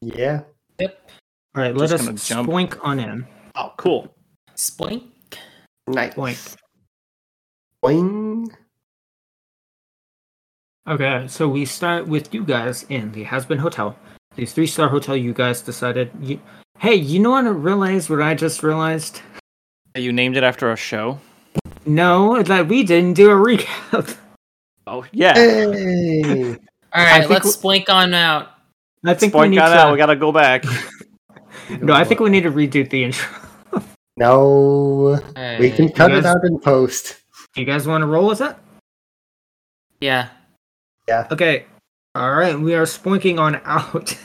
Yeah. Yep. All right, let Just us gonna jump. splink on in. Oh, cool. Splink. Nice. Splink. Boing. Okay, so we start with you guys in the Has Been Hotel. The three star hotel you guys decided. You, hey, you know what I realized? What I just realized? You named it after a show. No, that we didn't do a recap. Oh yeah. Hey. All I right, think let's splink on out. I think we Point need got to. out. We gotta go back. no, I think we need to redo the intro. No. We can Alright. cut you it guys- out in post. You guys want to roll with it? Yeah. Okay. All right, we are splinking on out.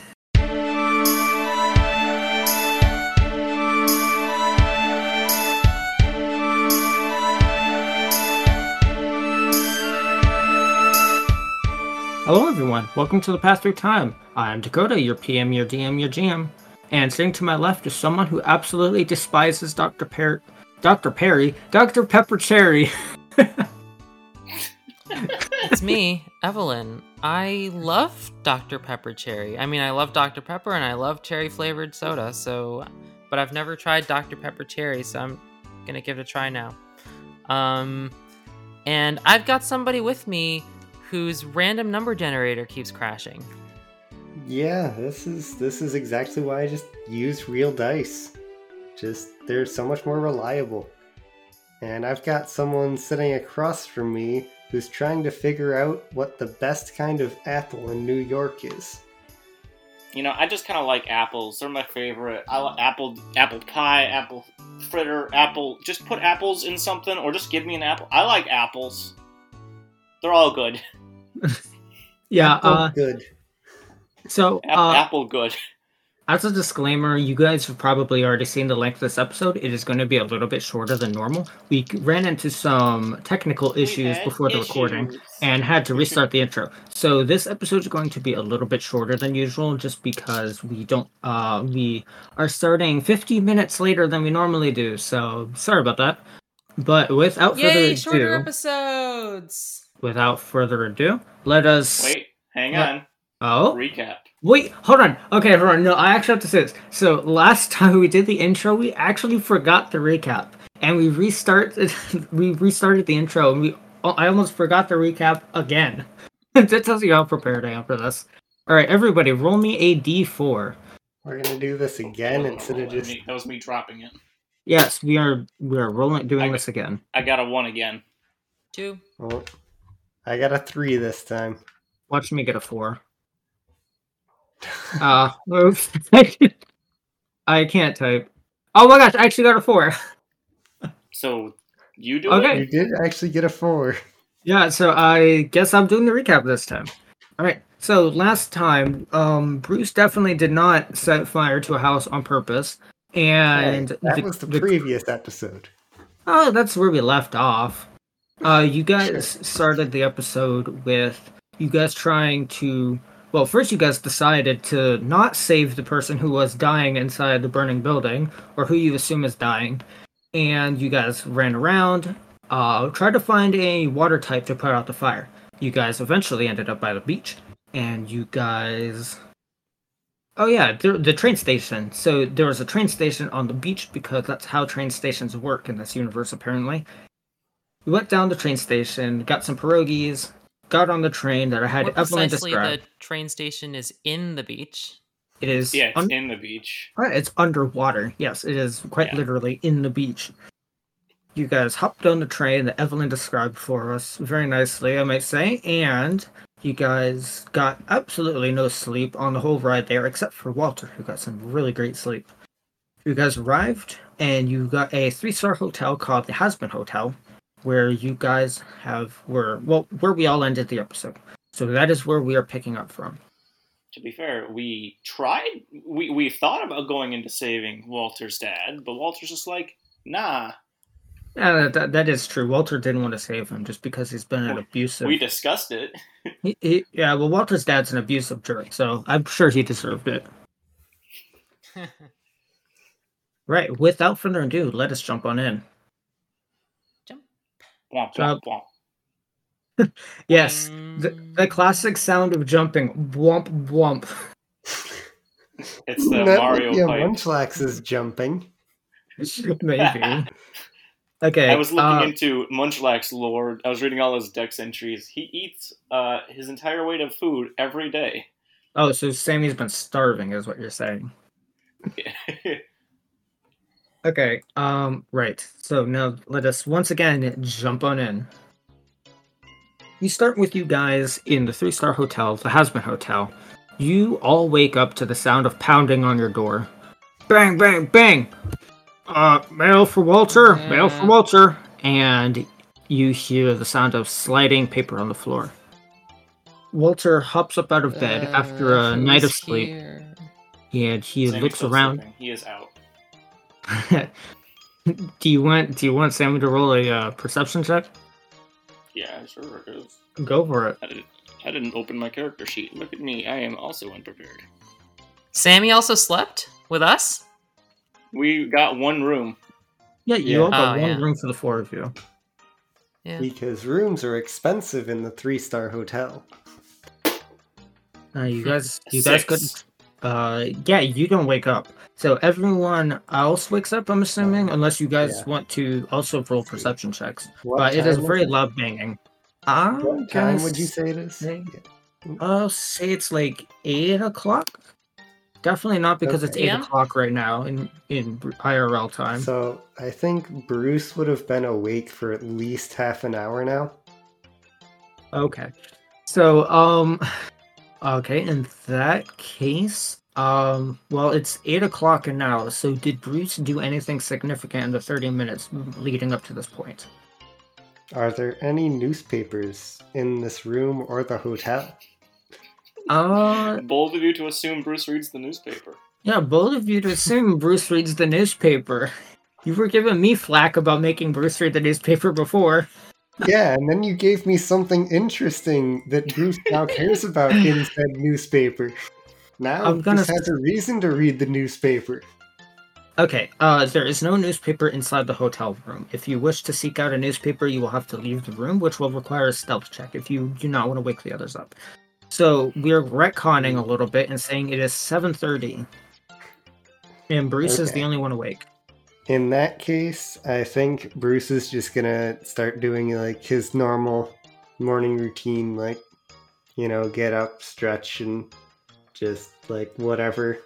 Hello, everyone. Welcome to the Path Through Time. I am Dakota, your PM, your DM, your GM. And sitting to my left is someone who absolutely despises Dr. Per- Dr. Perry, Dr. Pepper Cherry. It's me, Evelyn. I love Dr. Pepper Cherry. I mean, I love Dr. Pepper and I love cherry flavored soda, so but I've never tried Dr. Pepper Cherry, so I'm going to give it a try now. Um and I've got somebody with me whose random number generator keeps crashing. Yeah, this is this is exactly why I just use real dice. Just they're so much more reliable. And I've got someone sitting across from me who's trying to figure out what the best kind of apple in New York is. You know, I just kind of like apples. They're my favorite. I like apple, apple pie, apple fritter, apple. Just put apples in something, or just give me an apple. I like apples. They're all good. Yeah, Oh, uh, good. so. Apple, Uh, apple good. As a disclaimer, you guys have probably already seen the length of this episode. It is going to be a little bit shorter than normal. We c- ran into some technical issues had before the recording issues. and had to restart the intro. So this episode is going to be a little bit shorter than usual just because we don't uh we are starting 50 minutes later than we normally do. So sorry about that. But without Yay, further ado, shorter episodes. without further ado, let us Wait, hang What? on. Oh. Recap. Wait, hold on. Okay, hold on. No, I actually have to say this. So last time we did the intro, we actually forgot the recap, and we restarted. we restarted the intro, and we. Oh, I almost forgot the recap again. that tells you how prepared I am for this. All right, everybody, roll me a d4. We're gonna do this again instead of That was just me- that was me dropping it. Yes, we are. We are rolling, doing I- this again. I got a one again. Two. oh, I got a three this time. Watch me get a four. Uh, oops. I can't type. Oh my gosh, I actually got a four. So you do Okay. it. You did actually get a four. Yeah, so I guess I'm doing the recap this time. All right. So last time, um, Bruce definitely did not set fire to a house on purpose, and that the- was the, the- previous episode. oh, that's where we left off. Uh, you guys started the episode with you guys trying to. Well, first you guys decided to not save the person who was dying inside the burning building, or who you assume is dying, and you guys ran around, uh, tried to find a water type to put out the fire. You guys eventually ended up by the beach, and you guys. Oh yeah, the, the train station. So there was a train station on the beach because that's how train stations work in this universe, apparently. We went down the train station, got some pierogies, got on the train that I had What Evelyn precisely describe. the train station is in the beach. It is Yeah, it's un- in the beach. Alright, Uh, it's underwater. Yes, it is quite Yeah. literally in the beach. You guys hopped on the train that Evelyn described for us very nicely, I might say, and you guys got absolutely no sleep on the whole ride there, except for Walter, who got some really great sleep. You guys arrived, and you got a three-star hotel called the Husband Hotel, where you guys have were well, where we all ended the episode. So that is where we are picking up from. To be fair, we tried. We we thought about going into saving Walter's dad, but Walter's just like, nah. Yeah, that- that, that is true. Walter didn't want to save him just because he's been an We- abusive. We discussed it. he, he, yeah, well, Walter's dad's an abusive jerk, so I'm sure he deserved it. Right. Without further ado, let us jump on in. Womp, So- womp, womp. Mm, Yes, the, the classic sound of jumping. Womp womp. It's the Not- Mario yeah, pipe. Munchlax is jumping. Maybe. Okay. I was looking uh, into Munchlax lore. I was reading all his dex entries. He eats uh, his entire weight of food every day. oh, so Sammy's been starving, is what you're saying. Okay. Um. Right. So now let us once again jump on in. We start with you guys in the three star hotel, the Hasbin Hotel. You all wake up to the sound of pounding on your door. Bang! Bang! Bang! Uh, mail for Walter. Mail for Mm. Walter. And you hear the sound of sliding paper on the floor. Walter hops up out of bed Uh, after a night of sleep, and he Sammy's looks still around. sleeping. He is out. do you want do you want Sammy to roll a uh, perception check? Yeah, sure. it is. Go for it. I didn't, I didn't open my character sheet. Look at me. I am also unprepared. Sammy also slept with us. We got one room. Yeah, Yeah. you all got Oh, one yeah. room for the four of you. Yeah. Because rooms are expensive in the three star hotel. Uh, you guys, you guys could. Six. Uh, yeah, you don't wake up. So everyone else wakes up. I'm assuming, unless you guys Oh. Yeah. want to also roll perception checks. What but it is time very it? loud banging. I What time would you say it is? say- Yeah. I'll say it's like eight o'clock. Definitely not because it's Okay. eight Yeah. o'clock right now in in IRL time. So I think Bruce would have been awake for at least half an hour now. Okay. So, um, okay, in that case, um, well, it's eight o'clock now. So, did Bruce do anything significant in the 30 minutes leading up to this point? Are there any newspapers in this room or the hotel? Uh, Bold of you to assume Bruce reads the newspaper. yeah, both of you to assume Bruce reads the newspaper. You were giving me flack about making Bruce read the newspaper before. Yeah, and then you gave me something interesting that Bruce now cares about in said newspaper. Now I'm gonna Bruce has a reason to read the newspaper. Okay, uh, there is no newspaper inside the hotel room. If you wish to seek out a newspaper, you will have to leave the room, which will require a stealth check if you do not want to wake the others up. So we're retconning a little bit and saying it is 7.30, and Bruce is the Okay. only one awake. In that case, I think Bruce is just gonna start doing like his normal morning routine, like you know, get up, stretch, and just like whatever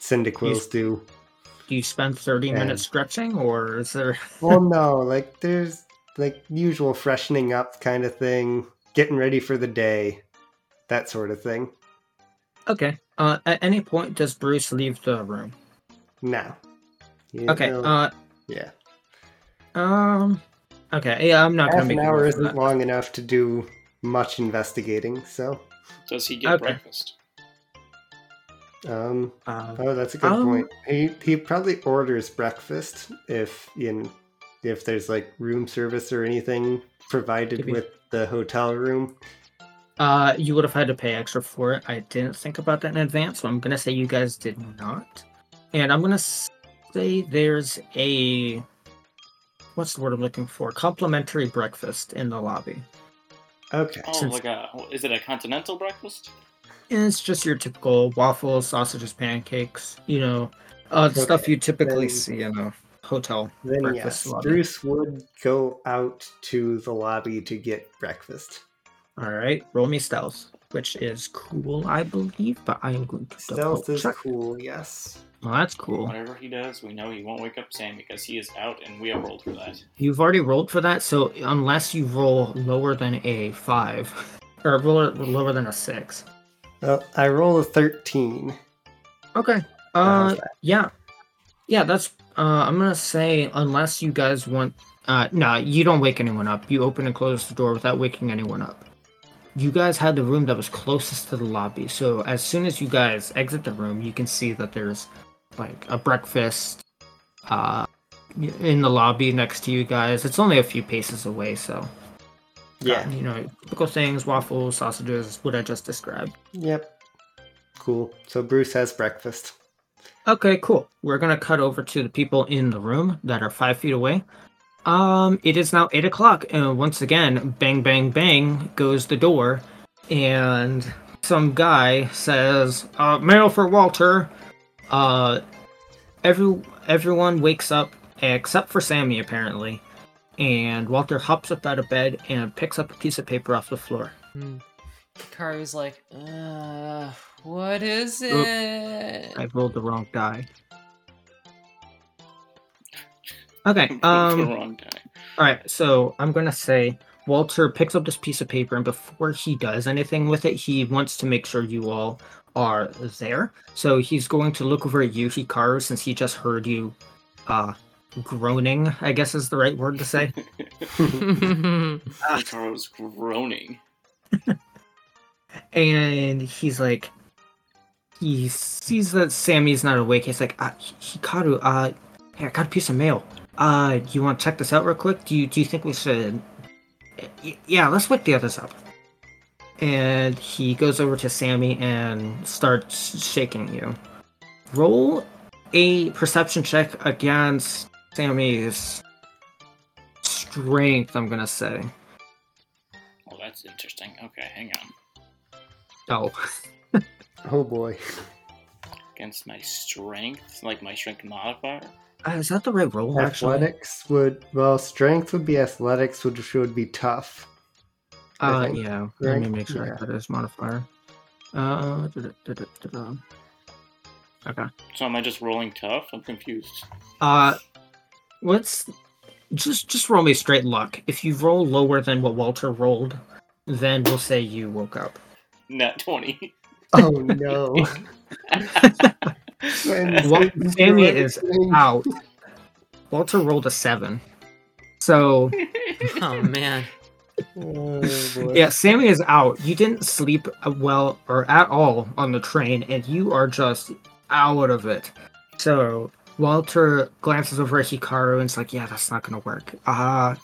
Cyndaquils do. Do you spend 30 Yeah. minutes stretching, or is there... well, no, like there's like usual freshening up kind of thing, getting ready for the day, that sort of thing. Okay, uh, at any point does Bruce leave the room? Now, You Okay, know, uh, yeah, um... Okay, yeah, I'm not half gonna an make you hour roll for isn't that. long enough to do much investigating. So, Does he get Okay. breakfast? um, Uh, oh, that's a good Um, point. He he probably orders breakfast if in if there's like room service or anything provided Maybe. with the hotel room. Uh, you would have had to pay extra for it. I didn't think about that in advance, so I'm gonna say you guys did not. And I'm gonna say there's a what's the word I'm looking for? Complimentary breakfast in the lobby. Okay, Oh, Since- like a is it a continental breakfast? And it's just your typical waffles, sausages, pancakes. You know, uh, the stuff Okay, you typically then- see in a hotel. then breakfast yes, lobby. Bruce would go out to the lobby to get breakfast. All right, roll me stealth, which is cool, I believe, but I am going to double Stealth is check. cool, yes. Well, that's cool. Whatever he does, we know he won't wake up Sam because he is out, and we have rolled for that. You've already rolled for that, so unless you roll lower than a five, or roll it lower than a six. Well, Oh, I roll a thirteen. Okay. How's Uh, that? yeah, yeah. That's. Uh, I'm gonna say unless you guys want. Uh, no, you don't wake anyone up. You open and close the door without waking anyone up. You guys had the room that was closest to the lobby, so as soon as you guys exit the room, you can see that there's like a breakfast, uh, in the lobby next to you guys. It's only a few paces away, so. yeah. you know, typical things, waffles, sausages, what I just described. Yep. Cool. So Bruce has breakfast. Okay, cool. We're gonna cut over to the people in the room that are five feet away. Um, it is now eight o'clock, and once again, bang, bang, bang goes the door, and some guy says, uh, "Mail for Walter." Uh, every everyone wakes up except for Sammy apparently, and Walter hops up out of bed and picks up a piece of paper off the floor. Hmm. Hikaru's like, uh, what is it? I rolled the wrong die. Okay. Um. the wrong guy. All right, so I'm gonna say Walter picks up this piece of paper, and before he does anything with it, he wants to make sure you all are there. So he's going to look over at you, Hikaru, since he just heard you uh, groaning. I guess is the right word to say. Ikaru's groaning. and he's like, he sees that Sammy's not awake. He's like, uh, Hikaru, uh, hey, I got a piece of mail. Uh, you want to check this out real quick? Do you do you think we should? Y- Yeah, let's wake the others up. And he goes over to Sammy and starts shaking you. Roll a perception check against Sammy's strength. I'm gonna say. Oh, that's interesting. Okay, hang on. Oh, Oh boy. Against my strength, like my strength modifier. uh, is that the right roll? Actually, athletics would well strength would be athletics, which would be tough. I Uh, think, yeah. right? Let me make sure Yeah. I put it as modifier. Uh, da- da- da- da- da- da. So am I just rolling tough? I'm confused. uh, let's just just roll me straight luck. If you roll lower than what Walter rolled, then we'll say you woke up. Net twenty. Oh no. And Well, so- Sammy is Out. Walter rolled a seven. So oh man. Oh, boy. yeah, Sammy is out. You didn't sleep uh, well or at all on the train, and you are just out of it. So Walter glances over at Hikaru and it's like, "Yeah, that's not gonna work." Uh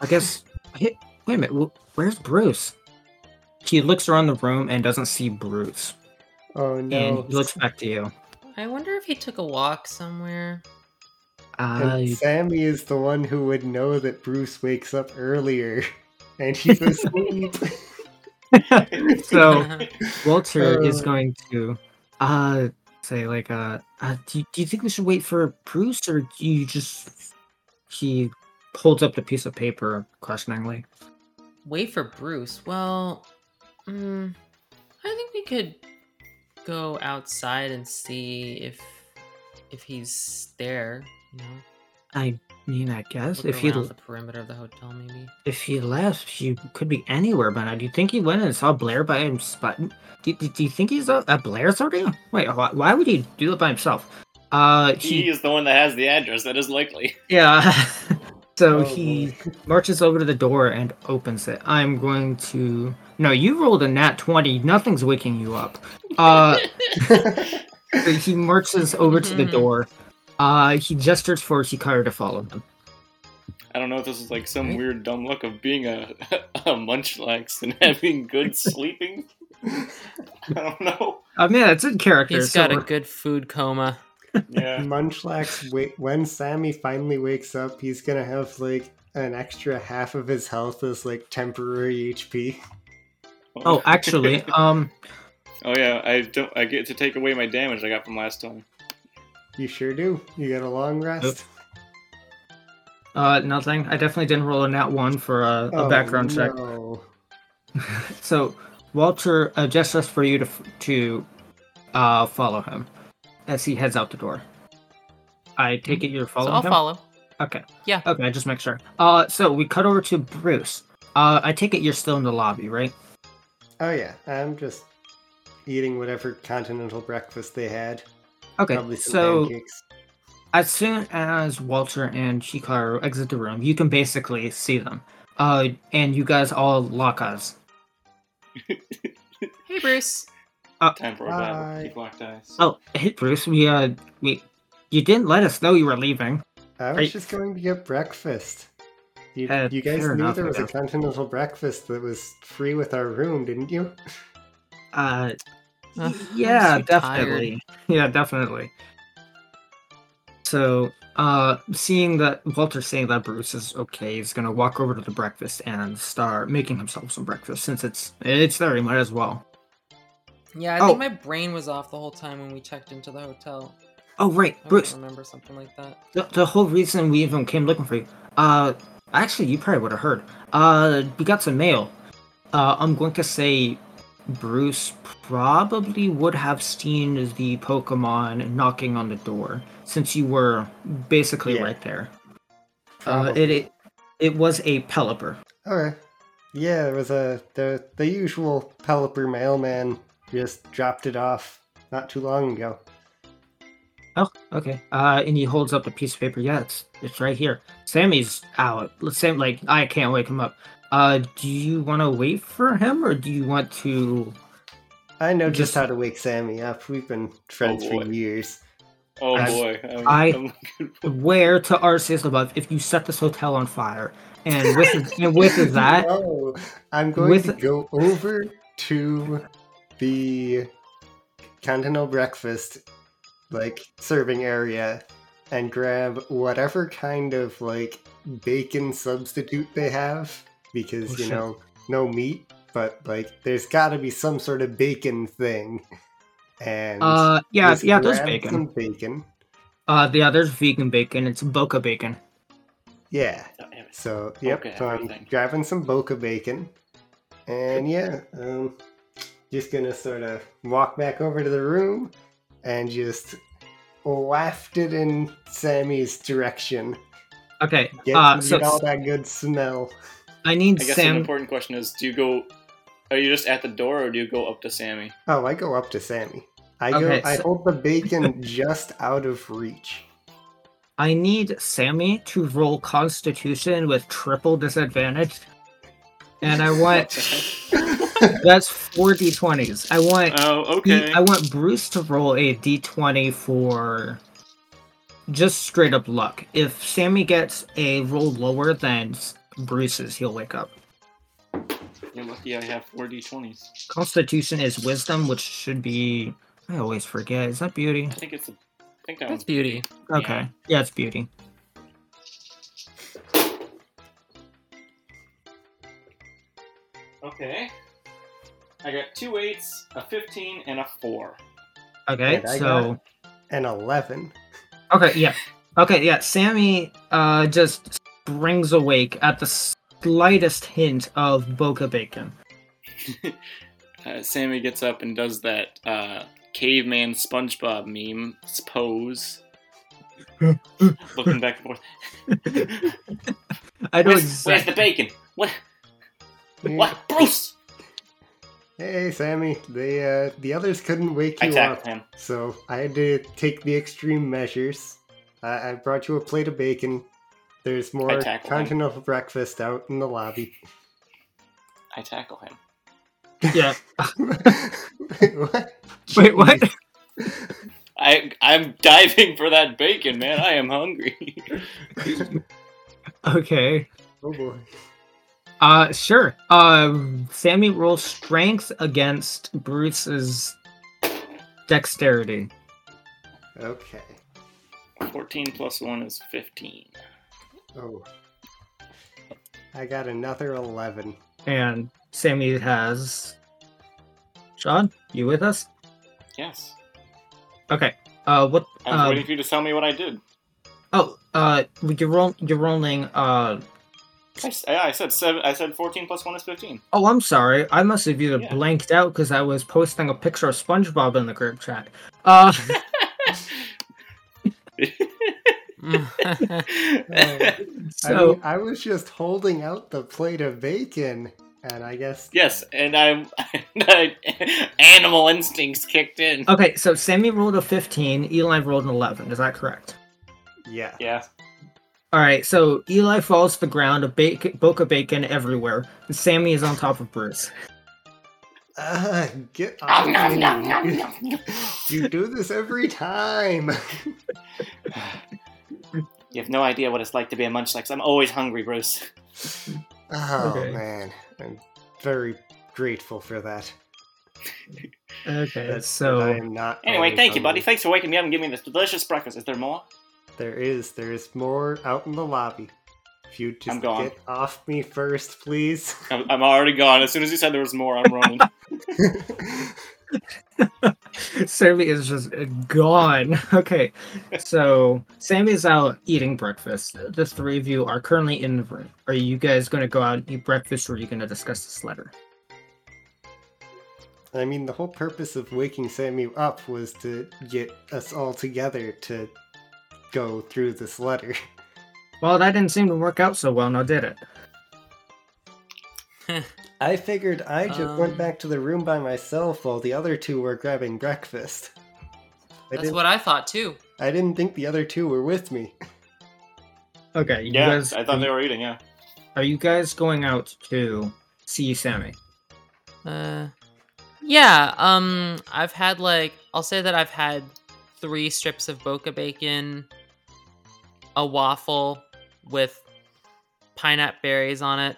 I guess. Hey, wait a minute. wh- Where's Bruce? He looks around the room and doesn't see Bruce. Oh And no. he looks back to you. I wonder if he took a walk somewhere. Uh, And Sammy is the one who would know that Bruce wakes up earlier and he's asleep. so Walter is Uh. going to uh, say like, uh, uh do, you, do you think we should wait for Bruce or do you just? He holds up the piece of paper questioningly. Wait for Bruce. Well, mm, I think we could go outside and see if if he's there. You know, I mean, I guess look if around he the perimeter of the hotel, maybe. if he left, he could be anywhere by now. Do you think he went and saw Blair by himself? Do, do, do you think he's at at Blair's already? Wait, why, why would he do it by himself? Uh, he he, is the one that has the address. That is likely. yeah. so Oh, he boy. marches over to the door and opens it. I'm going to. No, you rolled a nat 20. Nothing's waking you up. Uh, so he marches over to the Mhm. door. Uh, he gestures for Hikaru to follow him. I don't know if this is like some Right. weird dumb luck of being a a munchlax and having good sleeping. I don't know. I mean, Uh, it's in character. He's so got a we're- good food coma. Yeah. Munchlax, wait, when Sammy finally wakes up, he's gonna have like an extra half of his health as like temporary HP. Oh, actually, um, oh yeah. I don't. I get to take away my damage I got from last time. You sure do. You get a long Oh, rest. Uh, nothing. I definitely didn't roll a nat one for uh, a, a background check. Oh, No. So Walter uh, gestures for you to f- to uh, follow him as he heads out the door. I take it you're So following I'll him. follow. Okay. Yeah. Okay. Just make sure. Uh, so we cut over to Bruce. Uh, I take it you're still in the lobby, right? Oh yeah, I'm just eating whatever continental breakfast they had. Okay. Probably some so pancakes. as soon as Walter and Shikaru exit the room, you can basically see them. Uh, and you guys all lock eyes. Hey, Bruce. Time for a Bye. battle. Keep locked eyes. Oh, hey Bruce, we uh, we, you didn't let us know you were leaving. I was Right. just going to get breakfast. You, Uh, you guys fair knew enough, there I was a guess. continental breakfast that was free with our room, didn't you? Uh, Ugh, I'm yeah, so tired. definitely. Yeah, definitely. So, uh, seeing that Walter's saying that Bruce is okay, he's gonna walk over to the breakfast and start making himself some breakfast since it's it's there. He might as well. Yeah, I Oh. think my brain was off the whole time when we checked into the hotel. Oh, right, I Bruce. don't remember something like that. The, the whole reason we even came looking for you. Uh, actually, you probably would have heard. Uh, we got some mail. Uh, I'm going to say Bruce probably would have seen the Pokemon knocking on the door since you were basically Yeah. right there. Uh, Probably. it, it it was a Pelipper. Okay. Yeah, there was a the the usual Pelipper mailman just dropped it off not too long ago. Oh, okay. Uh, and he holds up a piece of paper. Yeah, it's it's right here. Sammy's out. Let's say like I can't wake him up. Uh, do you want to wait for him or do you want to? I know just, Just- Oh, how to wake Sammy up. We've been friends boy. for years. Oh I- boy. I'm, I- I'm- Where to Arceus above if you set this hotel on fire? And with and with that, No, Oh, I'm going with- to go over to the continental breakfast like serving area and grab whatever kind of like bacon substitute they have because Oh, you shit. know no meat but like there's got to be some sort of bacon thing and uh, yeah, just yeah, there's grab bacon. some bacon Uh, yeah, there's vegan bacon. It's Boca bacon. yeah oh, damn it. So yep, Boca so I'm everything. grabbing some boca bacon, and yeah, um, just gonna sort of walk back over to the room and just waft it in Sammy's direction. Okay. Get, Uh, get all so that good smell. I need I guess an Sam. important question is: Do you go? Are you just at the door, or do you go up to Sammy? Oh, I go up to Sammy. I go. Okay, I so- hold the bacon just out of reach. I need Sammy to roll Constitution with triple disadvantage, and I want That's four d20s. I want oh, he- okay. I want Bruce to roll a d20 for just straight up luck. If Sammy gets a roll lower than s- Bruce's, he'll wake up. You're lucky I have four d20s. Constitution is wisdom, which should be I always forget. Is that beauty? I think it's. A, I think that That's one's beauty. Okay. Yeah, it's beauty. okay. I got two eights, a fifteen, and a four. Okay. And I so An eleven. Okay, yeah. Okay, yeah. Sammy uh just springs awake at the slightest hint of Boca Bacon. Uh, Sammy gets up and does that uh, caveman SpongeBob meme pose, looking back and forth. I don't Where's, where's the bacon? What? What? Bruce! Hey, Sammy. They uh, the others couldn't wake I you up. tackled him. So I had to take the extreme measures. I, I brought you a plate of bacon. There's more tackled him. continental breakfast out in the lobby. I tackle him. Yeah. Wait, what? Wait, what? I I'm diving for that bacon, man. I am hungry. Okay. Oh boy. Uh sure. Uh Sammy rolls strength against Bruce's dexterity. Okay. Fourteen plus one is fifteen. Oh. I got another 11. And Sammy has Sean, you with us? Yes. Okay. Uh what I was uh, waiting for you to tell me what I did. oh uh you're roll you're rolling uh I, s- yeah, I said seven. I said fourteen plus one is fifteen. Oh, I'm sorry. I must have either Yeah. blanked out because I was posting a picture of SpongeBob in the group chat. Uh, Mm. Oh, I, so mean, I was just holding out the plate of bacon, and I guess. yes, and I'm animal instincts kicked in. okay, so Sammy rolled a 15, Eli rolled an 11. Is that correct? Yeah. Yeah. All right, so Eli falls to the ground, a bake, boca bacon everywhere, and Sammy is on top of Bruce. Uh, get off. Nom, nom, nom, me. nom, nom, nom. You do this every time. You have no idea what it's like to be a munchlax. I'm always hungry, Bruce. Oh Okay. man, I'm very grateful for that. Okay, That- I so am not. Anyway, always thank you, buddy. hungry. Thanks for waking me up and giving me this delicious breakfast. Is there more? There is, there is more out in the lobby. If you just I'm gone. get off me first, please. I'm, I'm already gone. As soon as you said there was more, I'm running. Sammy is just gone. Okay, so Sammy is out eating breakfast. The three of you are currently in the room. Are you guys going to go out and eat breakfast, or are you going to discuss this letter? I mean, the whole purpose of waking Sammy up was to get us all together to go through this letter. Well, that didn't seem to work out so well, now did it? I figured I just went Um. back to the room by myself while the other two were grabbing breakfast. I That's didn't, what I thought too. I didn't think the other two were with me. Okay, you Yeah, guys, I thought they were eating. Yeah. are you guys going out to see Sammy? Uh, yeah. Um, I've had like I'll say that I've had three strips of boca bacon, a waffle with pineapple berries on it,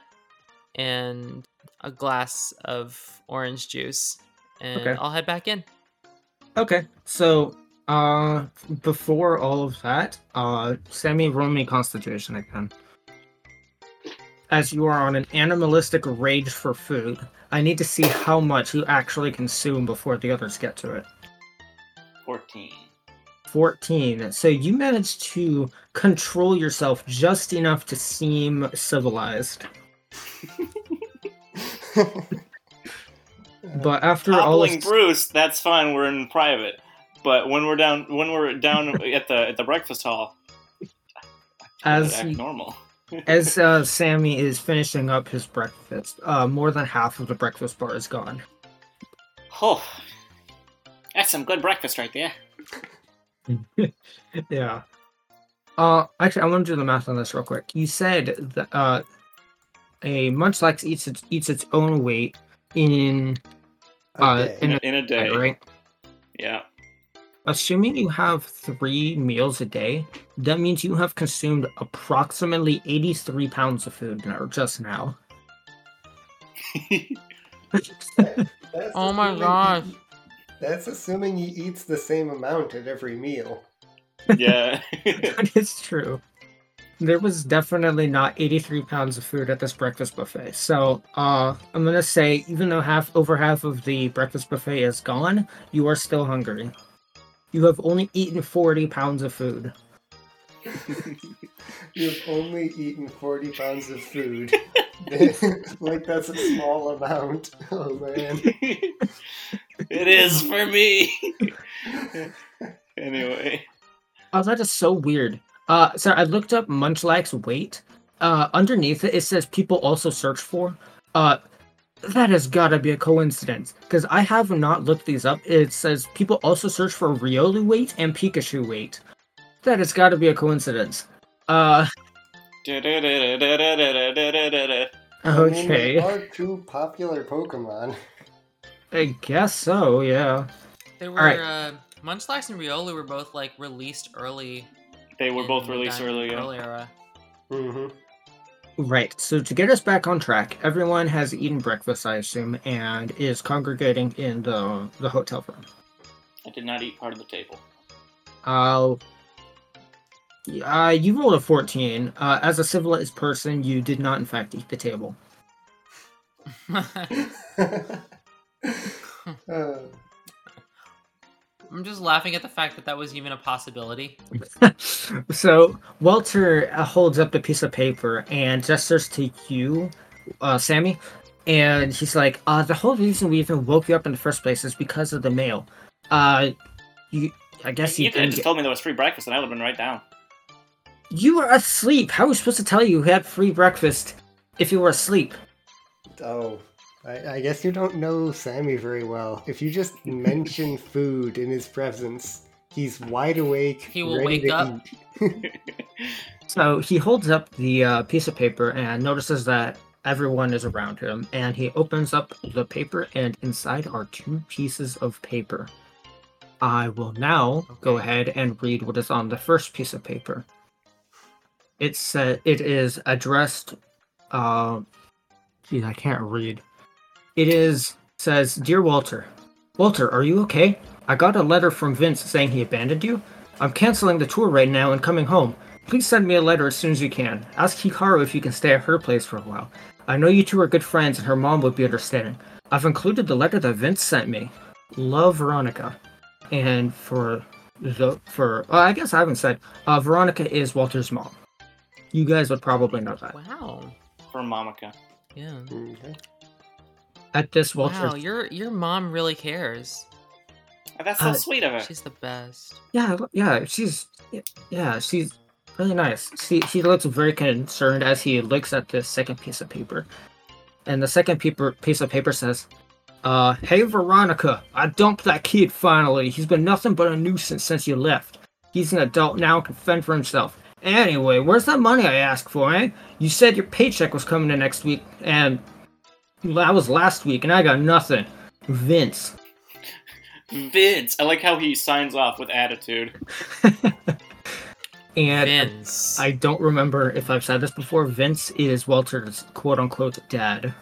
and a glass of orange juice. And Okay. I'll head back in. Okay, so uh, before all of that, uh, Sammy, roll me Constitution again. As you are on an animalistic rage for food, I need to see how much you actually consume before the others get to it. 14. 14. So you managed to control yourself just enough to seem civilized. But after all Toppling of Bruce, that's fine. We're in private. But when we're down, when we're down at the at the breakfast hall, I would As act you- normal. as uh, Sammy is finishing up his breakfast, uh, more than half of the breakfast bar is gone. Oh, that's some good breakfast right there. Yeah. Uh, actually, I want to do the math on this real quick. You said that uh, a munchlax eats its, eats its own weight in uh, Okay. in a In a day, day, right? yeah. Assuming you have three meals a day, that means you have consumed approximately 83 pounds of food now, just now. That's Oh my assuming gosh. he- That's assuming he eats the same amount at every meal. yeah. that is true. There was definitely not 83 pounds of food at this breakfast buffet. So uh, I'm going to say, even though half over half of the breakfast buffet is gone, you are still hungry. You have only eaten 40 pounds of food. You've only eaten 40 pounds of food. like, that's a small amount. Oh man. it is for me. anyway, Oh, that is so weird. Uh, so I looked up Munchlax weight. Uh, underneath it, it says people also search for. Uh, that has gotta be a coincidence because I have not looked these up. It says people also search for Riolu weight and Pikachu weight. That has gotta be a coincidence. Uh, I mean, okay, they are two popular Pokemon. I guess so. Yeah. There were Alright. uh, Munchlax and Riolu were both like released early. they were in both the released Diamond earlier. Pearl era. Mm-hmm. Right. So to get us back on track, everyone has eaten breakfast, I assume, and is congregating in the the hotel room. I did not eat part of the table. Uh, y- uh, you rolled a 14. Uh, as a civilized person, you did not, in fact, eat the table. Hmm. Uh, I'm just laughing at the fact that that was even a possibility. so, Walter uh, holds up the piece of paper and gestures to you, uh, Sammy, and he's like, uh, The whole reason we even woke you up in the first place is because of the mail. Uh, you, I guess you You could have didn't. just Get, told me there was free breakfast, and I would have been right down. you were asleep. How are we supposed to tell you we had free breakfast if you were asleep? oh. I, I guess you don't know Sammy very well. If you just mention food in his presence, he's wide awake. He will ready wake to up. eat. So he holds up the uh, piece of paper and notices that everyone is around him. And he opens up the paper, and inside are two pieces of paper. I will now go ahead and read what is on the first piece of paper. It's uh, it is addressed. Uh, geez, I can't read. It is says, "Dear Walter, Walter, are you okay? I got a letter from Vince saying he abandoned you. I'm canceling the tour right now and coming home. Please send me a letter as soon as you can. Ask Hikaru if you can stay at her place for a while. I know you two are good friends and her mom would be understanding. I've included the letter that Vince sent me. Love Veronica. And for the for well, I guess I haven't said uh, Veronica is Walter's mom. You guys would probably know that. Wow. for Monica. Yeah. Okay. At this Walter Wow, your your mom really cares. Oh, That's so Uh, sweet of her. She's the best. Yeah, l- yeah, she's yeah, she's really nice. She she looks very concerned as he looks at this second piece of paper. And the second paper piece of paper says, uh, hey Veronica, I dumped that kid finally. He's been nothing but a nuisance since you left. He's an adult now and can fend for himself. Anyway, where's that money I asked for, eh? You said your paycheck was coming in next week, and that was last week, and I got nothing. Vince. Vince, I like how he signs off with attitude. And Vince. I don't remember if I've said this before. Vince is Walter's quote unquote dad.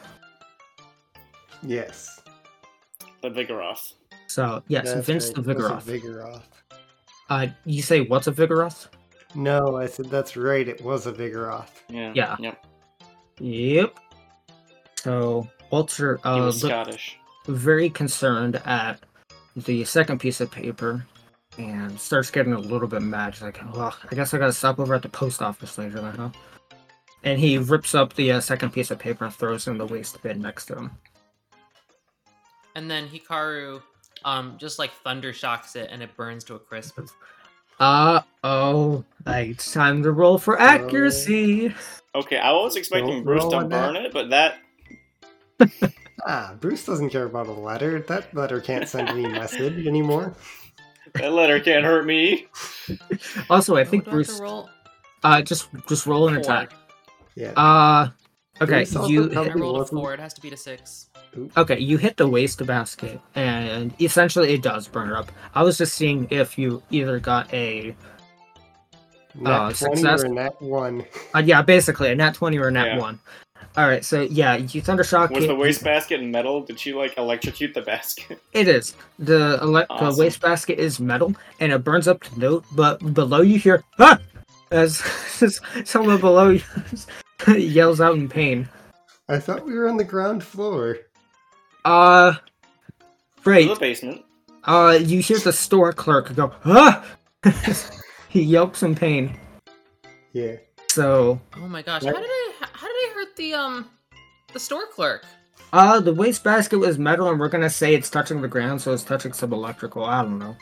Yes. The Vigoroth. So, yes, that's Vince right. the That's a Vigoroth. Vigoroth. uh, you say, what's a Vigoroth? No, I said that's right. It was a Vigoroth. Yeah. Yeah. Yep. Yep. So, Walter He uh, was looked Scottish. very concerned at the second piece of paper and starts getting a little bit mad. He's like, well, I guess I gotta stop over at the post office later then, huh? And he rips up the uh, second piece of paper and throws it in the waste bin next to him. and then Hikaru um just like thunder shocks it and it burns to a crisp. Uh oh. It's time to roll for accuracy. Okay, I was expecting Don't Bruce roll to on that. burn it, but that Ah, Bruce doesn't care about a letter. That letter can't send me a message anymore. that letter can't hurt me. Also, I Oh, think do have to Bruce roll- uh just just roll an Four. attack. Yeah. Uh okay, Bruce also you probably I hit, rolled a wasn't- four, it has to be to six. okay, you hit the waste basket and essentially it does burn her up. I was just seeing if you either got a Nat uh, 20 success. or nat 1. uh, yeah, basically a nat 20 or a nat Yeah. 1. All right, so yeah, you thunder shock Was the it- wastebasket metal? Did she like electrocute the basket? It is. The ele- Awesome. the wastebasket is metal and it burns up to note, but below you hear ah! as as someone below you yells out in pain. I thought we were on the ground floor. Uh To right. the basement. Uh you hear the store clerk go, ah! he yelps in pain. Yeah. So Oh my gosh, how Right. did I how did I hurt the um the store clerk? uh the wastebasket was metal and we're gonna say it's touching the ground, so it's touching some electrical. I don't know.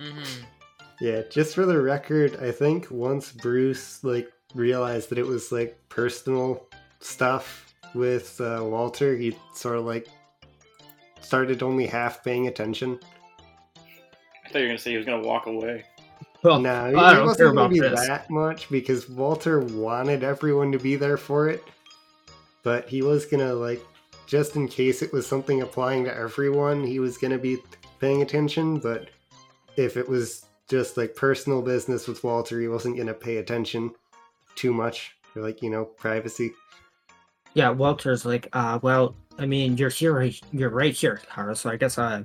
Mm-hmm. Yeah, just for the record, I think once Bruce like realized that it was like personal stuff with uh, Walter, he sort of like started only half paying attention. I thought you were gonna say he was gonna walk away. Well, No, it Oh, I don't wasn't care gonna about be this. that much because Walter wanted everyone to be there for it, but he was gonna like just in case it was something applying to everyone, he was gonna be paying attention. But if it was just like personal business with Walter, he wasn't gonna pay attention too much for like you know privacy. Yeah, Walter's like, uh, well, I mean, you're here, you're right here, Kara, so I guess I.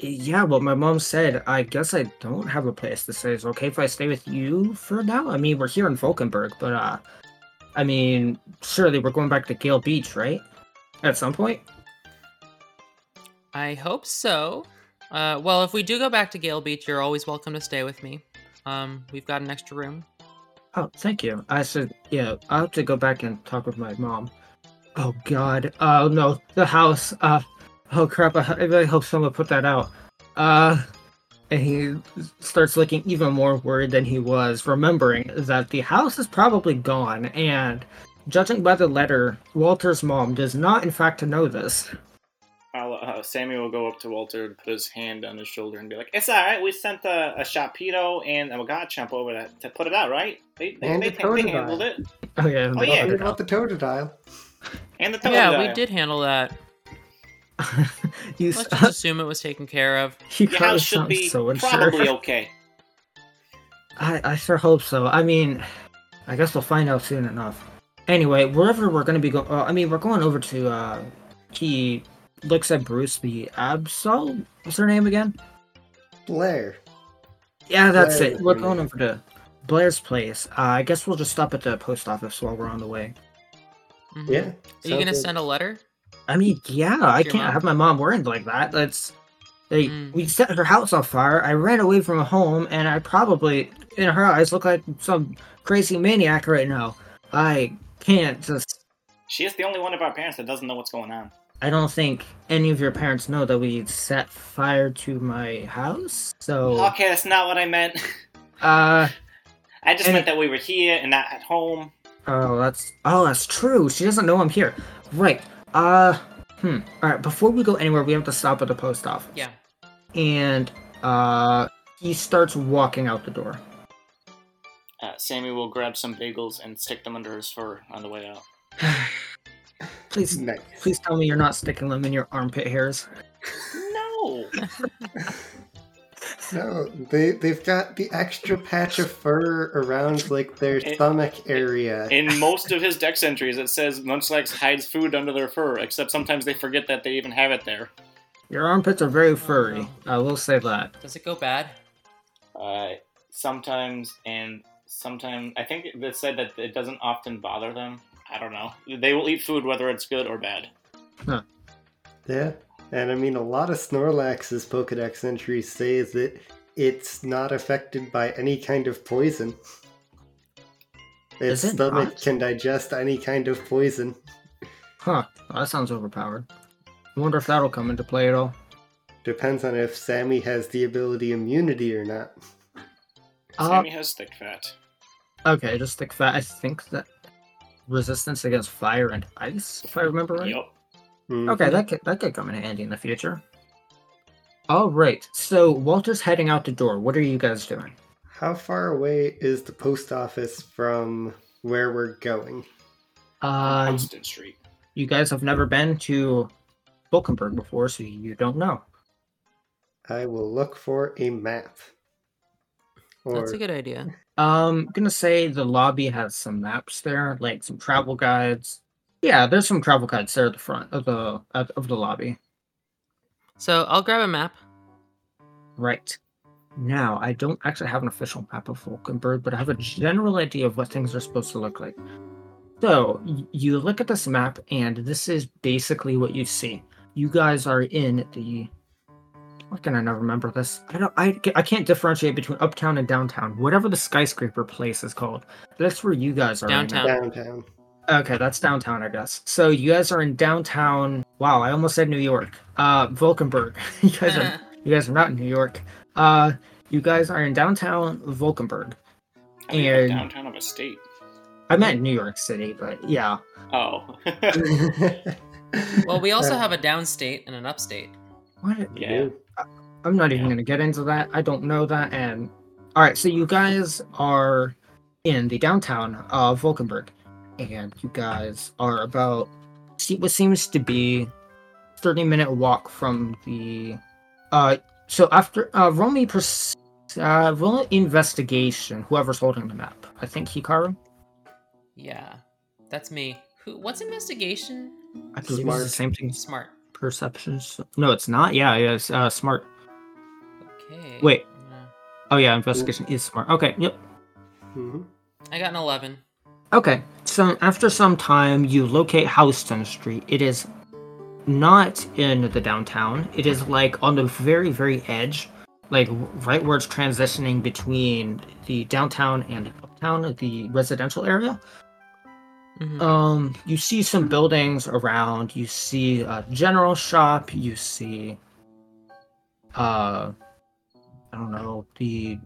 Yeah, well, my mom said, I guess I don't have a place to stay. Is it okay if I stay with you for now? I mean, we're here in Falkenberg, but, uh, I mean, surely we're going back to Gale Beach, right? At some point? I hope so. Uh, well, if we do go back to Gale Beach, you're always welcome to stay with me. Um, we've got an extra room. Oh, thank you. I said, yeah, I'll have to go back and talk with my mom. Oh, God. Oh, no. The house. Uh, oh, crap. I, ho- I really hope someone put that out. Uh, and he starts looking even more worried than he was, remembering that the house is probably gone. And judging by the letter, Walter's mom does not, in fact, know this. I'll, uh, Sammy will go up to Walter and put his hand on his shoulder and be like, "It's all right. We sent a, a Shapito and a God Chump over to, to put it out, right? They they, And they, the they Totodile. handled it, Oh, yeah. Oh, the yeah. What other about the Totodile? and the Yeah, we Totodile. did handle that. guy. you, Let's just assume it was taken care of. you Your probably house should sound be so unsure. probably okay. I, I sure hope so. I mean, I guess we'll find out soon enough. Anyway, wherever we're gonna be going, uh, I mean, we're going over to. uh He looks at Bruce the Absol. What's her name again? Blair. Yeah, that's Blair it. is We're her going name. over to Blair's place. Uh, I guess we'll just stop at the post office while we're on the way. Mhm. Yeah. Are you sounds gonna good. send a letter? I mean, yeah, I Your can't mom? have my mom worried like that. That's they Mm. we set her house on fire. I ran away from home, and I probably, in her eyes, look like some crazy maniac right now. I can't just. She is the only one of our parents that doesn't know what's going on. I don't think any of your parents know that we set fire to my house. So, Okay, that's not what I meant. uh, I just And- meant that we were here and not at home. oh, that's oh, that's true. She doesn't know I'm here, right? Uh, hmm. All right. Before we go anywhere, we have to stop at the post office. Yeah. and uh, he starts walking out the door. Uh, Sammy will grab some bagels and stick them under his fur on the way out. Please, Nice. please tell me you're not sticking them in your armpit hairs. No! No, they they've got the extra patch of fur around like their It- stomach area. In most of his dex entries, it says Munchlax hides food under their fur, except sometimes they forget that they even have it there. Your armpits are very furry. I will say that. Does it go bad? Uh, sometimes, and sometimes, I think they said that it doesn't often bother them. I don't know. They will eat food whether it's good or bad. Yeah, and I mean a lot of Snorlax's Pokedex entries say that it's not affected by any kind of poison. Its Is it stomach not? can digest any kind of poison. Huh? Well, that sounds overpowered. I wonder if that'll come into play at all. Depends on if Sammy has the ability immunity or not. Uh, Sammy has thick fat. okay, just like that. I think that resistance against fire and ice, if I remember right. Yep. Mm. Okay, that could that could come in handy in the future. All right. So Walter's heading out the door. What are you guys doing? How far away is the post office from where we're going? Uh, Houston Street. You guys have never been to Bulkenberg before, so you don't know. I will look for a map. Or That's a good idea. Um, gonna say the lobby has some maps there, like some travel guides. Yeah, there's some travel guides there at the front of the of of the lobby. So I'll grab a map. Right. Now, I don't actually have an official map of Vulcanburg, but I have a general idea of what things are supposed to look like. So, y- you look at this map, and this is basically what you see. You guys are in the. Why can I not remember this? I don't. I, ca- I can't differentiate between uptown and downtown. Whatever the skyscraper place is called, that's where you guys are. right now. Downtown. downtown. Okay, that's downtown, I guess. So you guys are in downtown. Wow, I almost said New York. Uh, Vulcanburg. you guys are you guys are not in New York. Uh, you guys are in downtown Vulcanburg. I mean, the And- downtown of a state. I meant New York City, but yeah. Oh. well, we also have a downstate and an upstate. What? yeah. I'm not even Yeah. gonna get into that. I don't know that. And all right, so you guys are in the downtown of Vulcanburg, and you guys are about see what seems to be 30 minute walk from the. Uh, so after uh, roll me pers- uh, roll an investigation. Whoever's holding the map, I think Hikaru. Yeah, that's me. Who? What's investigation? I believe Smart. it's the same thing. as Smart. Perceptions? No, it's not. Yeah, yeah, it's uh, smart. Okay. Uh, Wait. I'm gonna- Oh yeah, investigation is smart. Okay, yep. Mhm. I got an eleven. Okay, so after some time, you locate Houston Street. It is not in the downtown. It is like on the very, very edge, like w- right where it's transitioning between the downtown and uptown, the residential area. Mhm. Oh, Um, you see some buildings around. You see a general shop. You see, uh, I don't know the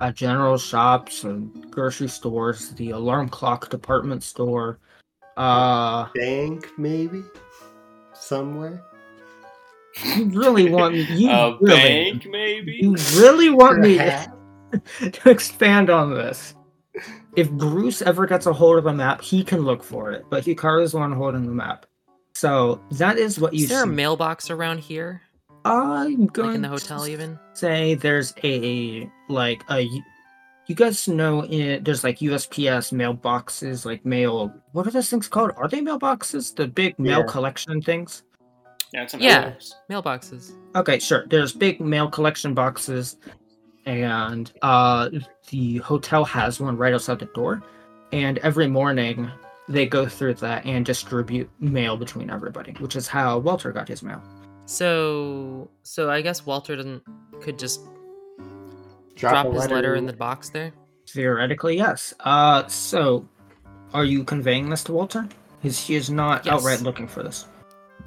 uh, general shops and grocery stores, the alarm clock department store. Uh, Bank, maybe? Somewhere? you really want me? You a really, bank, maybe? you really want me Perhaps. to expand on this? If Bruce ever gets a hold of a map, he can look for it. But Hikaru is the one holding the map. So that is what you Is there a see. mailbox around here, I'm going like in the to hotel even? say there's a like a y- you guys know in there's like USPS mailboxes, like mail. What are those things called? Are they mailboxes? The big mail Yeah. collection things. Yeah, it's an Yeah. outhouse. Mailboxes. Okay, sure. There's big mail collection boxes, and uh, the hotel has one right outside the door. And every morning, they go through that and distribute mail between everybody, which is how Walter got his mail. So, so I guess Walter doesn't could just Drop, drop a his letter in the box there. Theoretically, yes. Uh, so are you conveying this to Walter? Because he is not Yes. outright looking for this.